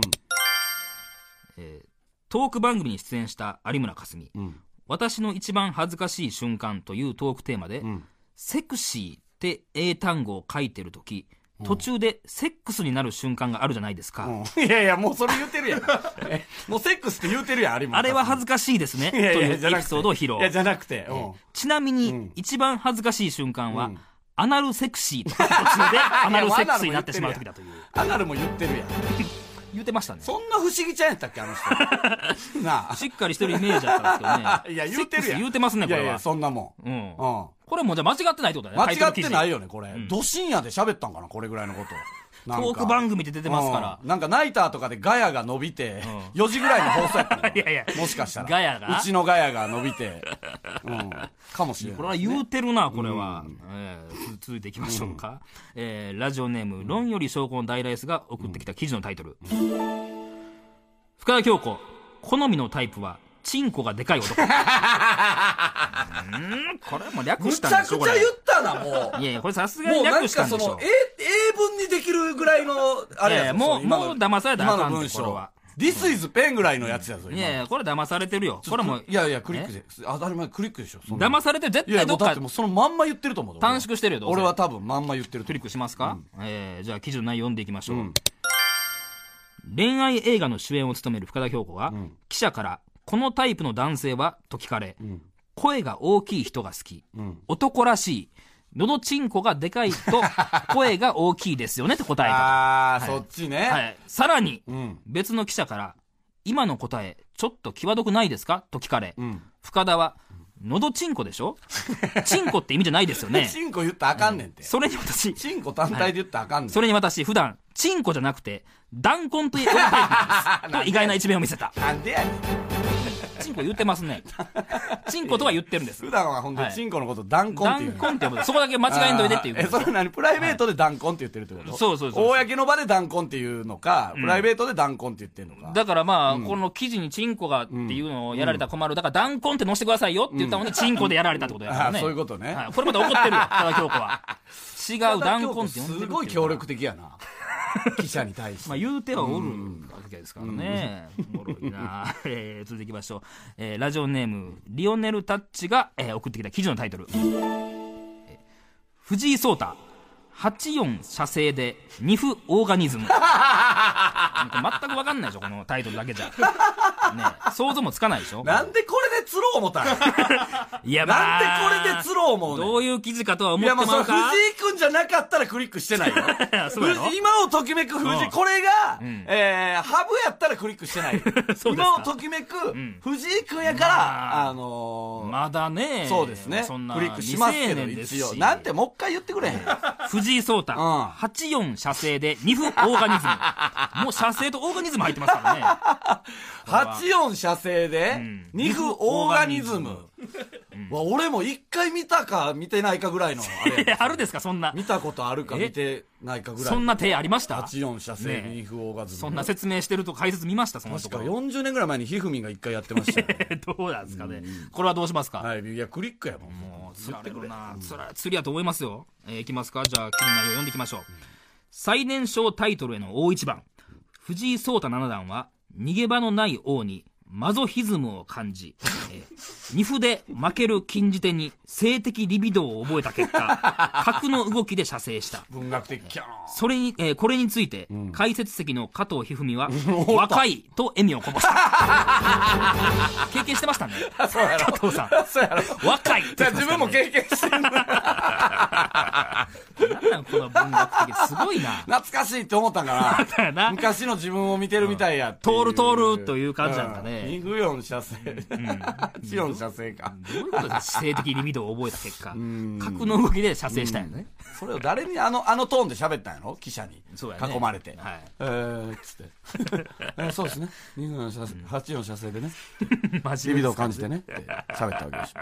Speaker 1: えートーク番組に出演した有村架純、
Speaker 2: ん
Speaker 1: 私の一番恥ずかしい瞬間というトークテーマで、
Speaker 2: ん
Speaker 1: セクシーって英単語を書いてるとき、途中でセックスになる瞬間があるじゃないですか。
Speaker 2: うん。うんいやいや、もうそれ言ってるやん。えもうセックスって言うてるやん、有村。
Speaker 1: あれは恥ずかしいですね。と
Speaker 2: いやい
Speaker 1: いう
Speaker 2: や
Speaker 1: エ
Speaker 2: じゃなく
Speaker 1: ピ
Speaker 2: て
Speaker 1: ソードを披露
Speaker 2: い。や、じゃなくて。うん。
Speaker 1: ちなみに、一番恥ずかしい瞬間は、アナルセクシーと途中でアナルセックスになってしまう時だという。
Speaker 2: アナルも言ってるやん。
Speaker 1: 言ってましたね。
Speaker 2: そんな不思議ちゃんやったっけ、あの 人。なあ。
Speaker 1: しっかりしてるイメージだったんですけどね。
Speaker 2: いや、言うてる
Speaker 1: セック
Speaker 2: や
Speaker 1: ス
Speaker 2: ん。
Speaker 1: 言うてますね、これ
Speaker 2: いやいや、
Speaker 1: は。
Speaker 2: そんなもん。
Speaker 1: うん。
Speaker 2: うん。
Speaker 1: これもうじゃあ間違ってないってことだね。
Speaker 2: 間違ってない
Speaker 1: よ。
Speaker 2: よね、これ。ど深夜で喋ったんかな、これぐらいのこと。
Speaker 1: ト
Speaker 2: なんか
Speaker 1: ーク番組で出てますから
Speaker 2: うんなんかナイターとかでガヤが伸びて、4時ぐらいの放送やったの
Speaker 1: いやいや
Speaker 2: もしかしたら
Speaker 1: ガヤが
Speaker 2: うちのガヤが伸びて、うん、かもしれない
Speaker 1: これは言うてるなこれは、えーつ続いていきましょうか、えーラジオネーム「論より証拠の大ライス」が送ってきた記事のタイトル、深田恭子好みのタイプはチンコがでかい 男うーんこれはもう略
Speaker 2: む
Speaker 1: し
Speaker 2: ち
Speaker 1: た
Speaker 2: ゃ
Speaker 1: んでし
Speaker 2: くち
Speaker 1: ょ
Speaker 2: ゃ
Speaker 1: こ
Speaker 2: 言っ
Speaker 1: れ
Speaker 2: たなもう
Speaker 1: いやいやこれさすが
Speaker 2: も
Speaker 1: に
Speaker 2: うな
Speaker 1: 略
Speaker 2: ん
Speaker 1: した
Speaker 2: か
Speaker 1: ん
Speaker 2: そ
Speaker 1: でしょ
Speaker 2: の英英文にできるぐらいのあれや
Speaker 1: いやいや
Speaker 2: ぞ
Speaker 1: もう
Speaker 2: その今の
Speaker 1: もう騙されたらあかん
Speaker 2: 今の文
Speaker 1: これ
Speaker 2: 章
Speaker 1: は
Speaker 2: This is pen ぐらいのやつやぞ今
Speaker 1: いやいやこれ騙されてるよこれも
Speaker 2: いやいやクリックで当たり前クリックでしょそんな
Speaker 1: 騙されて絶
Speaker 2: いや
Speaker 1: 対
Speaker 2: も
Speaker 1: どっ
Speaker 2: うだっ
Speaker 1: か
Speaker 2: てもうそのまんま言ってると思うで俺は
Speaker 1: 短縮してるよどうせ
Speaker 2: 俺は多分まんま言ってると
Speaker 1: ク
Speaker 2: 思
Speaker 1: リ
Speaker 2: う
Speaker 1: ックしますか、えーじゃあ記事の内容読んでいきましょう、恋愛映画の主演を務める深田恭子は、記者から「このタイプの男性は?」と聞かれ、声が大きい人が好き、男らしい喉チンコがで かいと声が大きいですよねと答えた
Speaker 2: ああそっちね
Speaker 1: と、はい、さらに、
Speaker 2: ん
Speaker 1: 別の記者から「今の答えちょっと際どくないですか?」と聞かれ、
Speaker 2: ん
Speaker 1: 深田は「喉チンコで しょチンコって意味じゃないですよね
Speaker 2: チンコ言ったらあかんねんって
Speaker 1: それに私
Speaker 2: チンコ単体で言ったらあかんねん
Speaker 1: それに私、普段、チンコじゃなくて、弾痕と呼ばれてい ます。と意外な一面を見せた。
Speaker 2: なんでやねん
Speaker 1: チンコ言ってます ね。チンコとは言ってるんです
Speaker 2: 普。段は本当にチンコのこと断コンってい
Speaker 1: 弾
Speaker 2: う
Speaker 1: 痕って呼ぶそこだけ間違えんといてっていうこと
Speaker 2: え
Speaker 1: です
Speaker 2: そ
Speaker 1: よ
Speaker 2: れ何プライベートで断コンって言ってるってこと、
Speaker 1: そうそうそう
Speaker 2: 公の場で断コンっていうのか、プライベートで断コンって言ってるのか
Speaker 1: だからまあ、この記事にチンコがっていうのをやられたら困る。だから、弾痕って載せてくださいよって言ったのに、チンコでやられたってことやからね。
Speaker 2: あそういうことね
Speaker 1: はいこれまた怒ってるよ、高田京子 は。違う、弾痕って呼んでるってう
Speaker 2: す
Speaker 1: から
Speaker 2: ごい協力的やな記者に対し て、
Speaker 1: まあ、言うてはおるわけですからね、おもろいな、 えー続いていきましょう、えーラジオネームリオネル・タッチが、えー送ってきた記事のタイトル、えー藤井聡太84射精で二夫オーガニ ズムなんか全く分かんないでしょこのタイトルだけじゃ、ねえ、想像もつかないでしょ
Speaker 2: なんでこれで釣ろう思ったんなんで
Speaker 1: いや
Speaker 2: これで釣ろう思うねん
Speaker 1: どういう記事かとは思って
Speaker 2: いや
Speaker 1: も
Speaker 2: まあそ
Speaker 1: らう
Speaker 2: れ
Speaker 1: か
Speaker 2: 藤井君じゃなかったらクリックしてないよ
Speaker 1: そうやろ
Speaker 2: 藤井今をときめく藤
Speaker 1: う
Speaker 2: 井
Speaker 1: ん
Speaker 2: これが、えーハブやったらクリックしてない よ
Speaker 1: そうですか
Speaker 2: 今をときめく藤井君やから、
Speaker 1: まあ
Speaker 2: あ、のー
Speaker 1: まだね
Speaker 2: そうですね
Speaker 1: そんな
Speaker 2: クリックしますけど
Speaker 1: 未成年です
Speaker 2: 一応
Speaker 1: し
Speaker 2: なんてもう一回言ってくれ へん
Speaker 1: 藤井聡太、
Speaker 2: ん
Speaker 1: 84射精で2分オーガニズ ム。もう射精とオーガニズム入ってますからね。
Speaker 2: 84射精で
Speaker 1: ん
Speaker 2: 二夫オーガニズム、わ俺も一回見たか見てないかぐらいのあ れ
Speaker 1: えあるですか、そんな。
Speaker 2: 見たことあるか見てないかぐらい
Speaker 1: そんな手ありました
Speaker 2: 84射精
Speaker 1: ねえ
Speaker 2: 二夫オーガズム
Speaker 1: そんな説明してると解説見ました、そんな
Speaker 2: 確
Speaker 1: と
Speaker 2: か
Speaker 1: ころ。
Speaker 2: 40年ぐらい前にひふみんが一回やってま したよね
Speaker 1: どうなんですかね。これはどうしますか、
Speaker 2: はいいやクリックやもん
Speaker 1: もう、釣られるな。釣ら、釣りやと思いますよ。えーいきますか。じゃあ、記事の内容読んでいきましょう。最年少タイトルへの大一番。藤井聡太七段は、逃げ場のない王に、マゾヒズムを感じ、えー二歩で負ける禁じ手に性的リビドーを覚えた結 果、角の動きで射精した。
Speaker 2: 文学的キャー
Speaker 1: それに、えーこれについて、解説席の加藤一二 三は、若いと笑みをこぼした。経験してましたね。
Speaker 2: そうやろ
Speaker 1: 加藤さん。
Speaker 2: そうやろ
Speaker 1: 若いって
Speaker 2: じゃ
Speaker 1: 言
Speaker 2: あ
Speaker 1: ってましたね
Speaker 2: 自分も経験してる。
Speaker 1: なんなんこの文学的すごいな
Speaker 2: 懐かしいって思ったんか
Speaker 1: だよな
Speaker 2: な昔の自分を見てるみたいや
Speaker 1: 通る通るという感じなんだね
Speaker 2: 2不4射精84射精か
Speaker 1: どういうことですか姿勢的リビドーを覚えた結果、格の動きで射精したんやね。
Speaker 2: それを誰にあのあのトーンで喋ったんやろ記者に
Speaker 1: そうやね
Speaker 2: 囲まれて
Speaker 1: はい
Speaker 2: えーっつって えーそうですね2射精84射精でね
Speaker 1: マ
Speaker 2: リビドーを感じてねって喋ったわけでしょ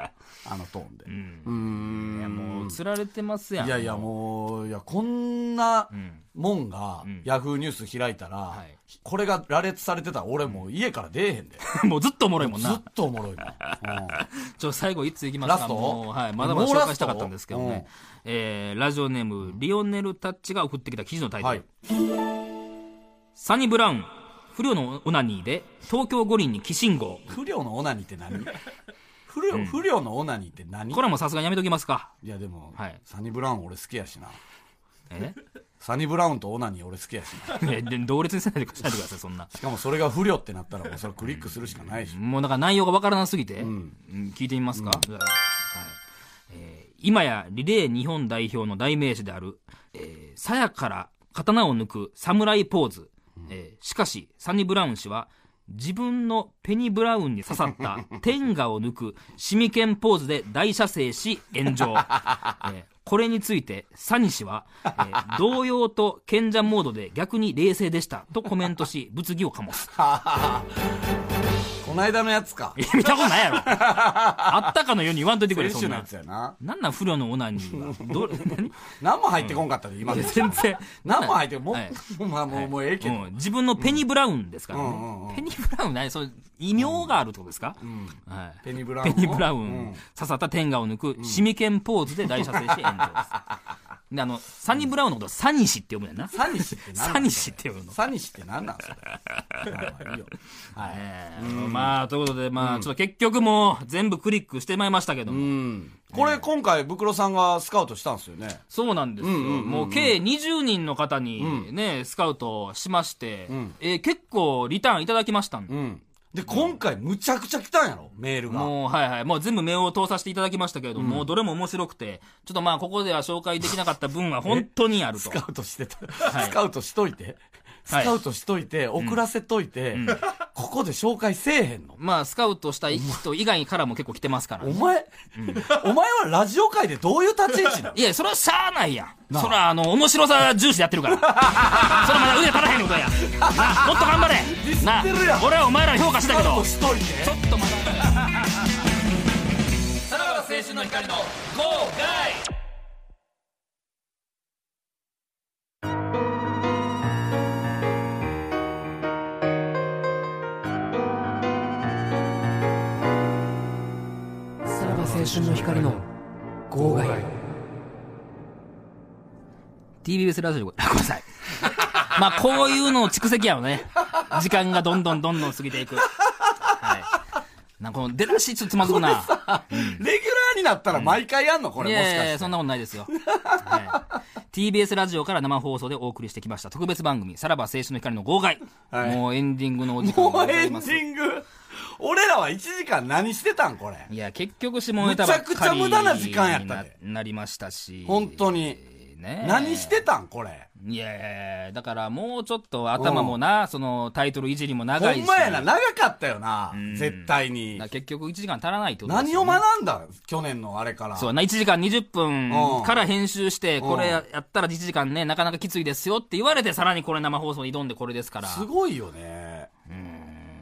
Speaker 2: あのトーンでうーん
Speaker 1: いやもう、釣られてますやん。
Speaker 2: いやいやもういやこんなもんがヤフーニュース開いたら、
Speaker 1: い
Speaker 2: これが羅列されてたら俺もう家から出えへんで
Speaker 1: もうずっ とおもろいもん
Speaker 2: ずっ
Speaker 1: な。
Speaker 2: とおもろいもん、うん
Speaker 1: ちょ、最後一通いきます
Speaker 2: ラ
Speaker 1: か。
Speaker 2: スト
Speaker 1: もう、はい。まだまだ
Speaker 2: もうラ
Speaker 1: 紹
Speaker 2: スト
Speaker 1: 介したかったんですけどね。えー、ラジオネーム、リオネル・タッチが送ってきた記事のタイトル。
Speaker 2: はい
Speaker 1: サニブラウン、不慮のオナニーで、東京五輪に寄進号。
Speaker 2: 不良のオナニーって何不良、不良のオナニーって何
Speaker 1: これはもうさすがにやめときますか。
Speaker 2: いやでも、
Speaker 1: はい
Speaker 2: サニブラウン俺好きやしな
Speaker 1: え
Speaker 2: サニブラウンとオナニー俺好きやしな
Speaker 1: えで同列にせないでしないでください、そんな。
Speaker 2: しかもそれが不良ってなったらもうそれクリックするしかないし、
Speaker 1: もうだから内容がわからなすぎて、うん聞いてみますか、じゃあはいえー今やリレー日本代表の代名詞である、えー鞘から刀を抜く侍ポーズ、えーしかしサニブラウン氏は自分のペニブラウンに刺さ った天下を抜くシミケンポーズで大射精し炎上、えーこれについて、サニ氏は、えー同様と賢者モードで逆に冷静でしたとコメントし、物議を醸す。
Speaker 2: この間のやつか
Speaker 1: い。や 見たことないやろ。あったかのように言わんといてくれ、
Speaker 2: 先
Speaker 1: そ
Speaker 2: 週
Speaker 1: ん
Speaker 2: の
Speaker 1: な
Speaker 2: や
Speaker 1: ん
Speaker 2: つ。やな。
Speaker 1: なんなん不良のオナニーは。 どれ、何
Speaker 2: 何も入ってこんかったで、今の。
Speaker 1: 全然。
Speaker 2: 何も入ってこんもう
Speaker 1: はい、
Speaker 2: まあもう、もうええけど。
Speaker 1: うん、自分のペニブラウンですからね。
Speaker 2: うんうんうんうん
Speaker 1: ペニブラウンない、そう、異名があるってことですか、はい、
Speaker 2: ペニブラウン
Speaker 1: ペ
Speaker 2: を
Speaker 1: ニブラウン、
Speaker 2: うん
Speaker 1: 刺さった天下を抜く、シミケンポーズで大射精して炎上です。で、あの、サニブラウンのこと、サニシって呼ぶねんな。
Speaker 2: サニシって何なん
Speaker 1: サニシって呼ぶの。
Speaker 2: サニシって何なんそれ。まあいいよはい。
Speaker 1: えーまあ、ということで、まあ、ちょっと結局もう全部クリックしてまいりましたけども、
Speaker 2: うん。これ今回、ブクロさんがスカウトしたんですよね。
Speaker 1: そうなんですよ。
Speaker 2: うんうんうんうん
Speaker 1: もう計20人の方にね、スカウトしまして、
Speaker 2: ん
Speaker 1: えー結構リターンいただきましたんで、
Speaker 2: うん。で、今回、むちゃくちゃ来たんやろ、メールが。
Speaker 1: もう、はいはい。もう全部目を通させていただきましたけれども、どれも面白くて、ちょっとまあ、ここでは紹介できなかった分 は本当にある
Speaker 2: ス
Speaker 1: と。
Speaker 2: カウトしてた。
Speaker 1: い
Speaker 2: スカウトしといて。ス
Speaker 1: はい
Speaker 2: カウトしといて、送らせといて、ここで紹介せえへんの。
Speaker 1: まあ、スカウトした人以外からも結構来てますから
Speaker 2: お。前、お前はラジオ界でどういう立ち位置なの
Speaker 1: いや、それはしゃあないやん。
Speaker 2: あ
Speaker 1: それはあの、面白さ重視でやって るから。それはまだ腕足らへんことや。なあ、もっと頑張れ。なあ
Speaker 2: ディスってるやん、
Speaker 1: 俺はお前ら評価したけど。
Speaker 2: しといて。
Speaker 1: ちょっと待って。さらば青春の光のゴーガイ
Speaker 3: さらば青春の光の号外
Speaker 1: TBS ラジオ、 ごめんなさい。まあ、こういうの蓄積やろね。時間がどんどんどんどん過ぎていく。はい。なんかこの出だしちょっとつまずくな。
Speaker 2: レギュラーになったら毎回やんのこれ、
Speaker 1: い
Speaker 2: もしか
Speaker 1: やい
Speaker 2: し
Speaker 1: や、
Speaker 2: て。
Speaker 1: そんなことないですよ。はい、TBS ラジオから生放送でお送りしてきました特別番組、さらば青春の光の号外。
Speaker 2: はい
Speaker 1: もうエンディングのお時間で
Speaker 2: も
Speaker 1: ご
Speaker 2: う
Speaker 1: ざ
Speaker 2: エ
Speaker 1: い
Speaker 2: ンデ
Speaker 1: ます。
Speaker 2: ィング。俺らは1時間何してたんこれ。
Speaker 1: いや、結局下ネタばっかり
Speaker 2: むちゃくちゃ無駄な時間やったで
Speaker 1: ななりましたし。
Speaker 2: 本当に
Speaker 1: ねえ
Speaker 2: 何してたんこれ。
Speaker 1: いやいやいやだからもうちょっと頭もな、そのタイトルいじりも長いし。
Speaker 2: ほんまやな、長かったよな。絶対に
Speaker 1: だから。結局1時間足らないってことです
Speaker 2: 何
Speaker 1: よ
Speaker 2: を
Speaker 1: ね
Speaker 2: 学んだ去年のあれから。
Speaker 1: そうやな、1時間20
Speaker 2: う
Speaker 1: 分
Speaker 2: ん
Speaker 1: から編集して、これ
Speaker 2: うん
Speaker 1: やったら1時間ね、なかなかきついですよって言われて、さらにこれ生放送に挑んでこれですから。
Speaker 2: すごいよね。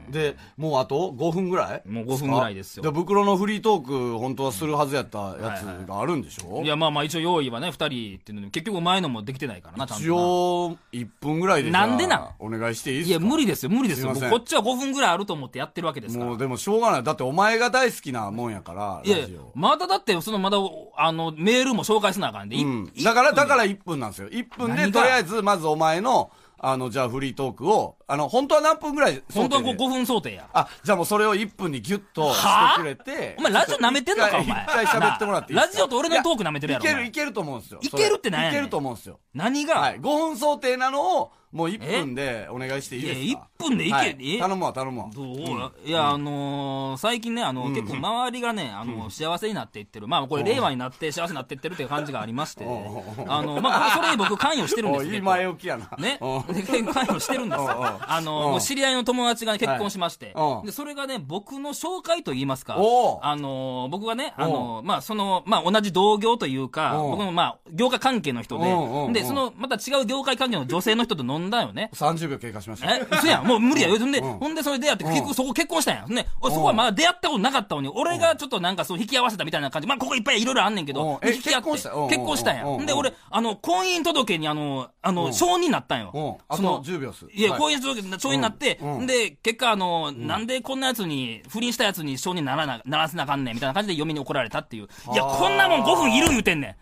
Speaker 2: で、もうあと5分ぐらい
Speaker 1: もう5分ぐらいですよ
Speaker 2: で、袋のフリートーク、本当はするはずやったやつがあるんでしょ
Speaker 1: いや、まあまあ一応用意はね、2人っていうのに、結局前のもできてないからな、ちゃんと
Speaker 2: 一
Speaker 1: な。
Speaker 2: 応、1分ぐらいでじゃあ。
Speaker 1: なんでなん
Speaker 2: お願いしていいです
Speaker 1: い
Speaker 2: か
Speaker 1: や、無理ですよ、無理ですよ。
Speaker 2: すいません
Speaker 1: もうこっちは5分ぐらいあると思ってやってるわけですから
Speaker 2: もう。でもしょうがない。だってお前が大好きなもんやから、
Speaker 1: いや
Speaker 2: ラジオ。
Speaker 1: まただって、そのまだ、おあの、メールも紹介せなあかんで、い
Speaker 2: うん。
Speaker 1: い
Speaker 2: だから、だから1分なんですよ。1分で、
Speaker 1: 何が
Speaker 2: とりあえず、まずお前の、あの、じゃあフリートークを、あの、本当は何分ぐらい
Speaker 1: 本当は
Speaker 2: 想定で
Speaker 1: 5分想定や。
Speaker 2: あ、じゃあもうそれを1分にギュッと
Speaker 1: は
Speaker 2: して
Speaker 1: あ
Speaker 2: くれて。
Speaker 1: お前ラジオ舐めてんのかお前
Speaker 2: 一回一回喋ってもらっていいですか
Speaker 1: なあラジオと俺のトーク舐めてるやろ
Speaker 2: いいけ
Speaker 1: お
Speaker 2: る
Speaker 1: 前
Speaker 2: いけると思うんですよ。
Speaker 1: いけるってなんやねん
Speaker 2: いけると思うんですよ。
Speaker 1: 何が、
Speaker 2: はいい。5分想定なのを、もう1分でお願いしていいですか
Speaker 1: や、1分でいけ、
Speaker 2: はい
Speaker 1: え
Speaker 2: 頼むわ、頼むわ。
Speaker 1: どう、いや、あのー最近ね、あの、結構周りがね、あの、幸せになっていってる。まあ、これ、令和になって幸せになっていってるっていう感じがありまして、
Speaker 2: おうおうおう
Speaker 1: あの、まあ、これそれに僕関与してるんで
Speaker 2: お
Speaker 1: す
Speaker 2: い
Speaker 1: よ。
Speaker 2: い
Speaker 1: 結構
Speaker 2: 前置きやな。
Speaker 1: ね、
Speaker 2: うん
Speaker 1: で関与してるんです
Speaker 2: おうおう
Speaker 1: よ。あ
Speaker 2: おう
Speaker 1: の、もう知り合いの友達がね結婚しまして
Speaker 2: はいお、う
Speaker 1: で、それがね、僕の紹介と言いますか
Speaker 2: おう、
Speaker 1: あの、僕がね、あの、まあ、その、まあ、同じ同業というか、
Speaker 2: おう
Speaker 1: 僕のまあ、業界関係の人
Speaker 2: おうおうおう
Speaker 1: で、で、その、また違う業界関係の女性の人と飲んだよね。
Speaker 2: 30秒経過しました。
Speaker 1: え、嘘やん。もう無理や。ほんで、
Speaker 2: うん
Speaker 1: ほんでそれ出会って、結局そこ結婚したんや。ほんで、俺そこはまだ出会ったことなかったのに、俺がちょっとなんかその引き合わせたみたいな感じ。まあ、ここいっぱいいろいろあんねんけど、
Speaker 2: うんえ
Speaker 1: 引き合って
Speaker 2: 結婚したうん
Speaker 1: 結婚したんや。
Speaker 2: うん
Speaker 1: ほんで、
Speaker 2: うん
Speaker 1: 俺、あの、婚姻届にあの、あ
Speaker 2: う
Speaker 1: の、
Speaker 2: ん
Speaker 1: 承認になったんよ
Speaker 2: うん。あと
Speaker 1: その
Speaker 2: 10秒っす
Speaker 1: いや、
Speaker 2: はい
Speaker 1: 婚姻届に承認になって、
Speaker 2: うんうん
Speaker 1: んで、結果あの、なんでこんなやつに、不倫したやつに承認ならな、ならせなあかんねんみたいな感じで嫁に怒られたっていう。いや、
Speaker 2: はあ
Speaker 1: こんなもん5分いる言うてん ねん。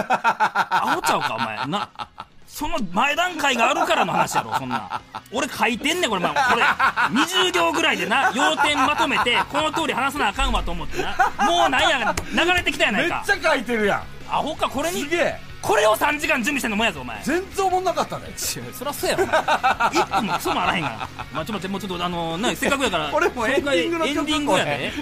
Speaker 1: アホちゃうか、お前。な、その前段階があるからの話やろ、そんなん。俺書いてんねん、これ、まあ、これ、20行ぐらいでな、要点まとめて、この通り話さなあかんわと思ってな。もうなんや、流れてきたやな
Speaker 2: め
Speaker 1: い
Speaker 2: っ
Speaker 1: か
Speaker 2: ち。ゃ書いてるやん。
Speaker 1: アホか、これに
Speaker 2: す、げえ。
Speaker 1: これを3時間準備してんのもんやぞ、お前。
Speaker 2: 全然おもんなかったね。
Speaker 1: そりゃそうやろ、お前。一分もクソもあらへんから。まあ、ちょっと待って、もうちょっと、あのね、せっかくやから、
Speaker 2: 俺もうエンディングの
Speaker 1: エ
Speaker 2: 曲
Speaker 1: ンディングやで。ね、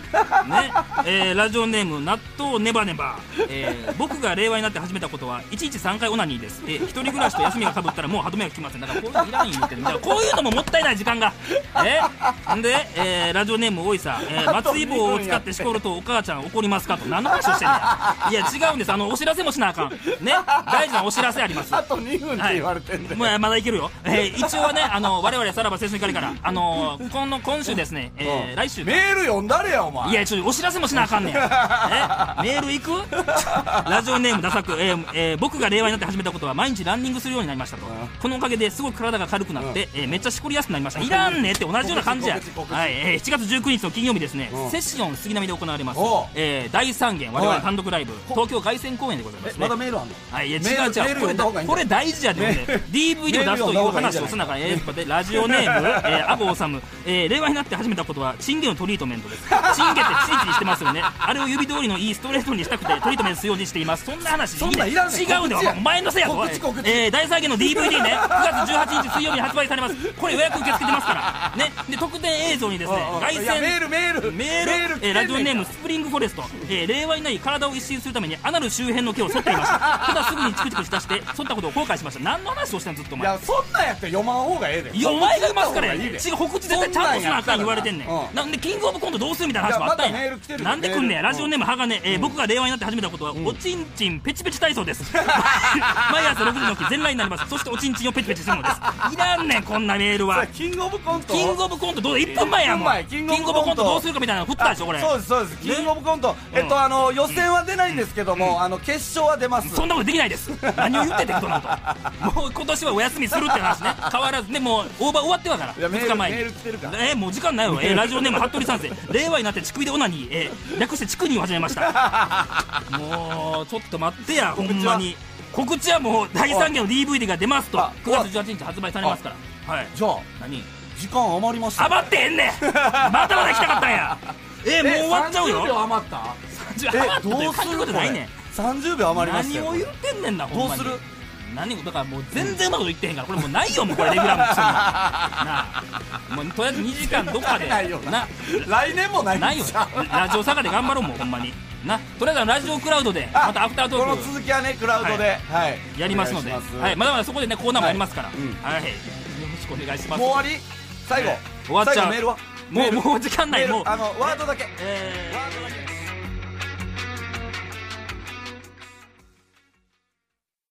Speaker 1: えーラジオネーム、納豆ネバネバ。えー僕が令和になって始めたことは、いちいち3回オナニーです。えー、一人暮らしと休みがかぶったら、もう歯止めがきません。だから、こういうのいらん言うてる。だから、こういうのももったいない時間が。えーんで、えーラジオネーム、おいさ、えー松井棒を使ってしこると、お母ちゃん怒りますかと。何の話をしてんねん。いや、違うんです。あの、お知らせもしなあかん。ね、大事なお知らせあります。
Speaker 2: あと2分って言われてんだよ、
Speaker 1: もうまだいけるよ、えー、一応はね、あ の我々さらば青春光から、あのー、この今週ですね、えー
Speaker 2: うん
Speaker 1: 来週か
Speaker 2: メール読んだれやお前
Speaker 1: いやちょっとお知らせもしなあかんねんえメール行く ラジオネームダサく、えーえー僕が令和になって始めたことは毎日ランニングするようになりましたとこのおかげですごく体が軽くなって、えーめっちゃしこりやすくなりましたいらんねって同じような感じや
Speaker 2: 告知告知告知
Speaker 1: はい、えー7月19日の金曜日ですね、
Speaker 2: うん
Speaker 1: セッション杉並で行われます
Speaker 2: おう、
Speaker 1: えー第三弦我々単独ライブ東京凱旋公演でございます
Speaker 2: え
Speaker 1: ね
Speaker 2: まだメールあんの
Speaker 1: はい、いや違う
Speaker 2: メール
Speaker 1: 違うこ
Speaker 2: メール読
Speaker 1: れ
Speaker 2: んだ方がいいんだ
Speaker 1: これ大事やで、ね、DVD を出すという話をすながらええとかでラジオネーム、 えー、アゴオサム、えー、令和になって始めたことはチンゲのトリートメントですチンゲってチリチリしてますよねあれを指通りのいいストレートにしたくてトリートメントするようにしていますそんな話
Speaker 2: そんなんいらんねん
Speaker 1: 違うで
Speaker 2: 告知や
Speaker 1: お前のせいやぞ
Speaker 2: 告知告知
Speaker 1: えー、第3弦の DVD ね9月18日水曜日に発売されますこれ予約受け付けてますからねで特典映像にですね
Speaker 2: うんうん
Speaker 1: 凱
Speaker 2: いやメー
Speaker 1: 旋
Speaker 2: ルメール
Speaker 1: メール
Speaker 2: 来てんねん
Speaker 1: えーラジオネームスプリングフォレスト、えー令和にない体を一新するためにアナル周辺の毛を剃っていま したただすぐにチクチクしだして剃ったことを後悔しました何の話をしてんずっとお
Speaker 2: い
Speaker 1: 前
Speaker 2: やそんなんやって読まん方がええで
Speaker 1: いやお前が言いますからや
Speaker 2: いい
Speaker 1: 違
Speaker 2: で
Speaker 1: う告知絶対ちゃんとしなあかん言われてんね
Speaker 2: そんなんや
Speaker 1: ん
Speaker 2: った
Speaker 1: なんでキングオブコントどうするみたいな話もあったん
Speaker 2: いやまだメー
Speaker 1: や
Speaker 2: ル来てるよ
Speaker 1: なんで来んねや
Speaker 2: メール
Speaker 1: ラジオネーム鋼、えー僕が令和になって始めたことはおちんちんペチペチ体操です 毎朝6時の起き全裸になりますそしておちんちんをペチペチするのですいらんねんこんなメールは
Speaker 2: キングオブコント
Speaker 1: キングオブコントどう1分前やもん
Speaker 2: 一分前
Speaker 1: キングオブコントどうするかみたいなの振ったでしょこれ
Speaker 2: そうですそうです
Speaker 1: ね
Speaker 2: キングオブコント、えっ
Speaker 1: うん
Speaker 2: とあの予選は出ないんですけども、あの決勝は出ます
Speaker 1: そんなことできないです何を言っててこの後もう今年はお休みするって話ね変わらずねもうオーバー終わってはから
Speaker 2: いやメー
Speaker 1: 2
Speaker 2: ル
Speaker 1: 日前に
Speaker 2: メール来てるから
Speaker 1: えーもう時間ないわ、えーラジオネーム服部三世令和になって乳首でオナニー、えー略して乳首を始めましたもうちょっと待ってやほんまに告知はもう第3弦の DVD が出ますと
Speaker 2: あ
Speaker 1: 9月18日発売されますからはい
Speaker 2: じゃあ
Speaker 1: 何
Speaker 2: 時間余りました
Speaker 1: 余ってへんねんまだまだ来たかったん やえーもう終わっちゃう
Speaker 2: 30秒
Speaker 1: よ
Speaker 2: 余った
Speaker 1: え
Speaker 2: えどうする
Speaker 1: こ
Speaker 2: ことれ
Speaker 1: ないねん
Speaker 2: 30秒余りました
Speaker 1: 何
Speaker 2: よ
Speaker 1: を言ってんねんなほんまに
Speaker 2: どうする
Speaker 1: 何だからもう全然うまくいってへんからこれもうないよもうこれレギュラーもそんなんなあもうとりあえず2時 間どっかで
Speaker 2: ないよ
Speaker 1: な
Speaker 2: 来年もないん
Speaker 1: ない よ
Speaker 2: ちゃう
Speaker 1: ラジオ佐賀で頑張ろうもうほんまになとりあえずラジオクラウドでまたアフタート
Speaker 2: こ
Speaker 1: ー
Speaker 2: の
Speaker 1: ク
Speaker 2: 続きはねクラウドで、はい
Speaker 1: やりますので
Speaker 2: お願いします
Speaker 1: はい、まだまだそこでねコーナーもありますからは、
Speaker 2: はいいうん
Speaker 1: よろしくお願いします
Speaker 2: もう終わり最後、
Speaker 1: 終わっちゃう
Speaker 2: 最後メールは
Speaker 1: もう
Speaker 2: メール
Speaker 1: もう時間ない
Speaker 2: メール
Speaker 1: もう
Speaker 2: あのワードだけ、
Speaker 1: えー
Speaker 2: ワードだけ